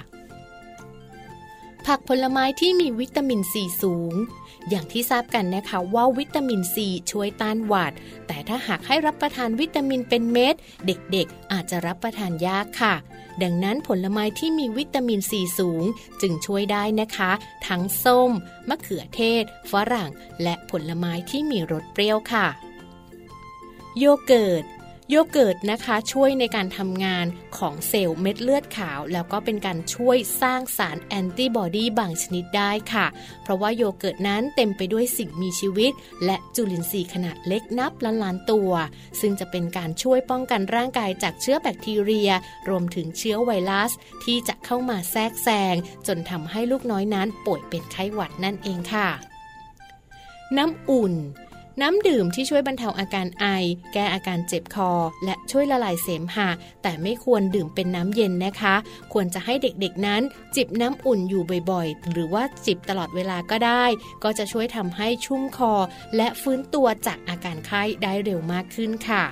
Speaker 2: ผักผลไม้ที่มีวิตามินซีสูง อย่างที่ทราบกันนะคะว่าวิตามินซีช่วยต้านหวัด แต่ถ้าหากให้รับประทานวิตามินเป็นเม็ด เด็กๆ อาจจะรับประทานยากค่ะ ดังนั้นผลไม้ที่มีวิตามินซีสูง จึงช่วยได้นะคะ ทั้งส้ม มะเขือเทศ ฝรั่ง และผลไม้ที่มีรสเปรี้ยวค่ะ โยเกิร์ต โยเกิร์ตนะคะช่วยในการทำงานของเซลล์เม็ดเลือดขาว แล้วก็เป็นการช่วยสร้างสารแอนติบอดีบางชนิดได้ค่ะ เพราะว่าโยเกิร์ตนั้นเต็มไปด้วยสิ่งมีชีวิต และจุลินทรีย์ขนาดเล็กนับล้านล้านตัว ซึ่งจะเป็นการช่วยป้องกันร่างกายจากเชื้อแบคทีเรีย รวมถึงเชื้อไวรัส ที่จะเข้ามาแทรกแซง จนทำให้ลูกน้อยนั้นป่วยเป็นไข้หวัดนั่นเองค่ะ น้ำอุ่น น้ำดื่มที่ช่วยบรรเทาอาการไอ แก้อาการเจ็บคอ และช่วยละลายเสมหะ แต่ไม่ควรดื่มเป็นน้ำเย็นนะคะ ควรจะให้เด็กๆนั้น จิบน้ำอุ่นอยู่บ่อยๆ หรือว่าจิบตลอดเวลาก็ได้ ก็จะช่วยทำให้ชุ่มคอ และฟื้นตัวจากอาการไข้ได้เร็วมากขึ้นค่ะ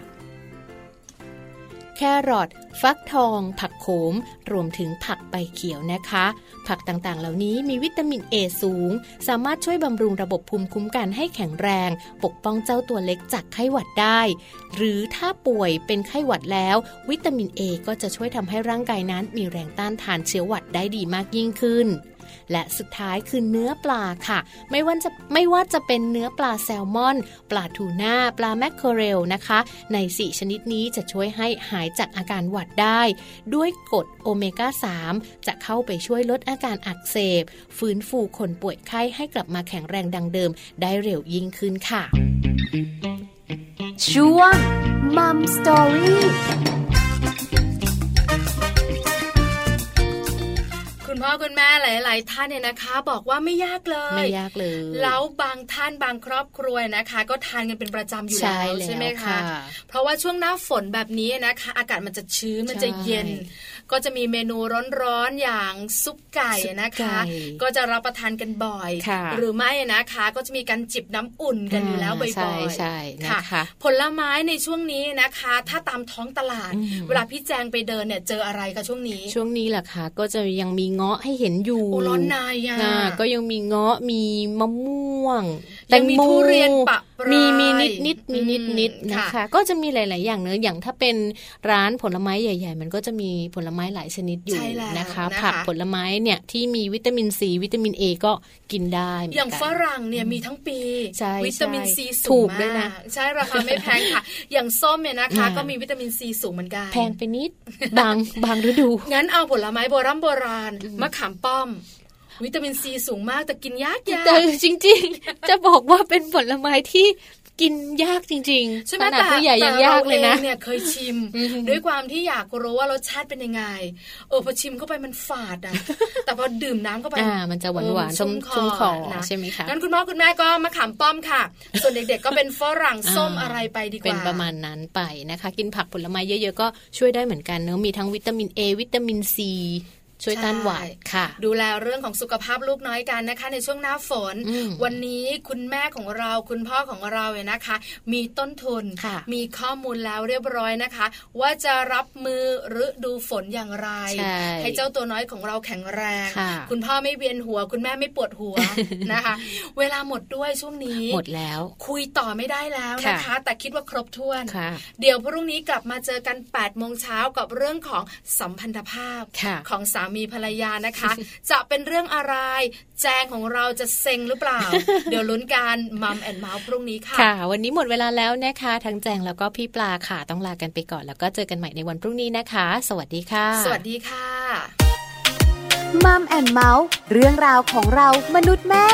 Speaker 2: แครอทฟักทอง ผักโขม รวมถึงผักใบเขียวนะคะ ผักต่างๆ เหล่านี้มีวิตามินเอสูง สามารถช่วยบำรุงระบบภูมิคุ้มกันให้แข็งแรง ปกป้องเจ้าตัวเล็กจากไข้หวัดได้ หรือถ้าป่วยเป็นไข้หวัดแล้ว วิตามินเอก็จะช่วยทำให้ร่างกายนั้นมีแรงต้านทานเชื้อหวัดได้ดีมากยิ่งขึ้น และสุดท้ายคือเนื้อปลาค่ะ ไม่ว่าจะไม่ว่าจะเป็นเนื้อปลาแซลมอน ปลาทูน่า ปลาแมคเคอเรลนะคะ ใน 4 ชนิดนี้จะช่วยให้หายจากอาการหวัดได้ ด้วยกรดโอเมก้า 3 จะเข้าไปช่วยลดอาการอักเสบ ฟื้นฟูคนป่วยไข้ให้กลับมาแข็งแรงดังเดิม ได้เร็วยิ่งขึ้นค่ะ
Speaker 5: ช่วงมัมสตอรี่
Speaker 3: คุณพ่อคุณแม่หลาย ๆ ท่านเนี่ยนะคะ บอกว่าไม่ยากเลย
Speaker 2: ไม่ยากเลย
Speaker 3: แล้วบางท่านบางครอบครัวนะคะ ก็ทานกันเป็นประจำอยู่
Speaker 2: ใช่
Speaker 3: แล้ว
Speaker 2: แล้ว
Speaker 3: ใช่ไหมคะ
Speaker 2: ค่ะ
Speaker 3: เพราะว่าช่วงหน้าฝนแบบนี้นะคะ อากาศมันจะชื้นมันจะเย็น
Speaker 2: ใช่
Speaker 3: ก็จะมีเมนูร้อนๆอย่างซุปไก่นะคะ
Speaker 2: ซุปไก่
Speaker 3: ก็จะรับประทานกันบ่อย
Speaker 2: ค่ะ
Speaker 3: หรือไม่นะคะ ก็จะมีการจิบน้ำอุ่นกันอยู่แล้วบ่
Speaker 2: อ่า
Speaker 3: อยๆ
Speaker 2: ใช่ใช่นะคะ
Speaker 3: ผลไม้ในช่วงนี้นะคะ ถ้าตามท้องตลาด
Speaker 2: อืม
Speaker 3: เวลาพี่แจงไปเดินเนี่ยเจออะไรคะช่วงนี้
Speaker 2: ช่วงนี้แหละค่ะ ก็จะยังมีเงาะให้เห็นอยู่
Speaker 3: โอ้ร้อนในอ่ะ
Speaker 2: อ่าก็ยังมีเงาะมีมะม่วง
Speaker 3: ยังมี
Speaker 2: แตงโม
Speaker 3: ทุเรียนปะปราย
Speaker 2: มีมีนิดนิดมีนิดนิด
Speaker 3: อืม
Speaker 2: นะ
Speaker 3: ค่ะ
Speaker 2: คะ ก็จะมีหลาย ๆ อย่างเนอะอย่างถ้าเป็นร้านผลไม้ใหญ่ ๆ มันก็จะมีผลไม้หลายชนิดอยู่
Speaker 3: ใช่แล้ว
Speaker 2: นะคะ
Speaker 3: นะคะ
Speaker 2: ผักผลไม้เนี่ยที่มีวิตามินซีวิตามินเอก็กินได้เหมืน
Speaker 3: อย่าง
Speaker 2: กัน
Speaker 3: ฝรั่งเนี่ยมีทั้งปี
Speaker 2: ใช่
Speaker 3: วิตามิน
Speaker 2: ใช่
Speaker 3: ซี
Speaker 2: ถู
Speaker 3: สูง
Speaker 2: กด้วย
Speaker 3: มา
Speaker 2: นะ
Speaker 3: กใช่ราคาไม่แพงค่ะ อย่างส้มเนี่ยนะคะ
Speaker 2: อ่า
Speaker 3: ก็มีวิตามินซีสูงเหมือนกัน
Speaker 2: แพงไปนิด บางบางฤดู
Speaker 3: งั้นเอาผลไม้โบราณโบราณมะขามป้อม วิตามินซีสูงมากแต่กินยากยาก
Speaker 2: แต่จริง ๆ จะบอกว่าเป็นผลไม้ที่กินยากจริงๆ
Speaker 3: ใช่ไหม
Speaker 2: ขนาด
Speaker 3: แต่
Speaker 2: ผู้ใหญ่ยังยากเลยนะ
Speaker 3: แต่รองเนี่ยเคยชิม
Speaker 2: อืม
Speaker 3: ด้วยความที่อยากรู้ว่ารสชาติเป็นยังไงเออพอชิมเข้าไปมันฝาดอ่ะ แต่พอดื่มน้ำเข้าไป
Speaker 2: อ่ามันจะหวานๆ
Speaker 3: เออ
Speaker 2: ชุ่มชุ่มคอใช่ไหมคะ
Speaker 3: งั้นคุณพ่อคุณแม่ก็มะขามป้อมค่ะ ส่วนเด็กๆก็เป็นฝรั่งส้มอะไรไปดีกว่า
Speaker 2: เป็นประมาณนั้นไปนะคะ กินผักผลไม้เยอะ ๆ ก็ช่วยได้เหมือนกันเนอะมีทั้งวิตามิน A วิตามิน C ช่วยต้านหวัด
Speaker 3: ใช่
Speaker 2: ค่ะ
Speaker 3: ดูแลเรื่องของสุขภาพลูกน้อยกันนะคะ ในช่วงหน้าฝน
Speaker 2: อืม
Speaker 3: วันนี้คุณแม่ของเราคุณพ่อของเราเนี่ยนะคะ มีต้นทุน
Speaker 2: ค่ะ
Speaker 3: มีข้อมูลแล้วเรียบร้อยนะคะ ว่าจะรับมือฤดูฝนอย่างไร
Speaker 2: ใช่
Speaker 3: ให้เจ้าตัวน้อยของเราแข็งแรง
Speaker 2: ค่ะ
Speaker 3: คุณพ่อไม่เวียนหัว คุณแม่ไม่ปวดหัว นะคะ เวลาหมดด้วยช่วงนี้
Speaker 2: หมดแล้ว
Speaker 3: คุยต่อไม่ได้แล้วนะคะ
Speaker 2: ค่ะ
Speaker 3: แต่คิดว่าครบถ้วน
Speaker 2: ค่ะ
Speaker 3: เดี๋ยวพรุ่งนี้กลับมาเจอกัน8ปดโมงเช้ากับเรื่องของสัมพันธภาพ
Speaker 2: ค่ะ
Speaker 3: ของสามีภรรยานะคะ จะเป็นเรื่องอะไร แจงของเราจะเซ็งหรือเปล่า เดี๋ยวลุ้นการมัมแอนเมาส์พรุ่งนี้ค่ะ
Speaker 2: ค่ะ วันนี้หมดเวลาแล้วนะคะ ทั้งแจงแล้วก็พี่ปลาค่ะ ต้องลากันไปก่อนแล้วก็เจอกันใหม่ในวันพรุ่งนี้นะคะ สวัสดีค่ะ
Speaker 3: สวัสดีค่ะ
Speaker 5: มัมแอนเมาส์เรื่องราวของเรามนุษย์แม่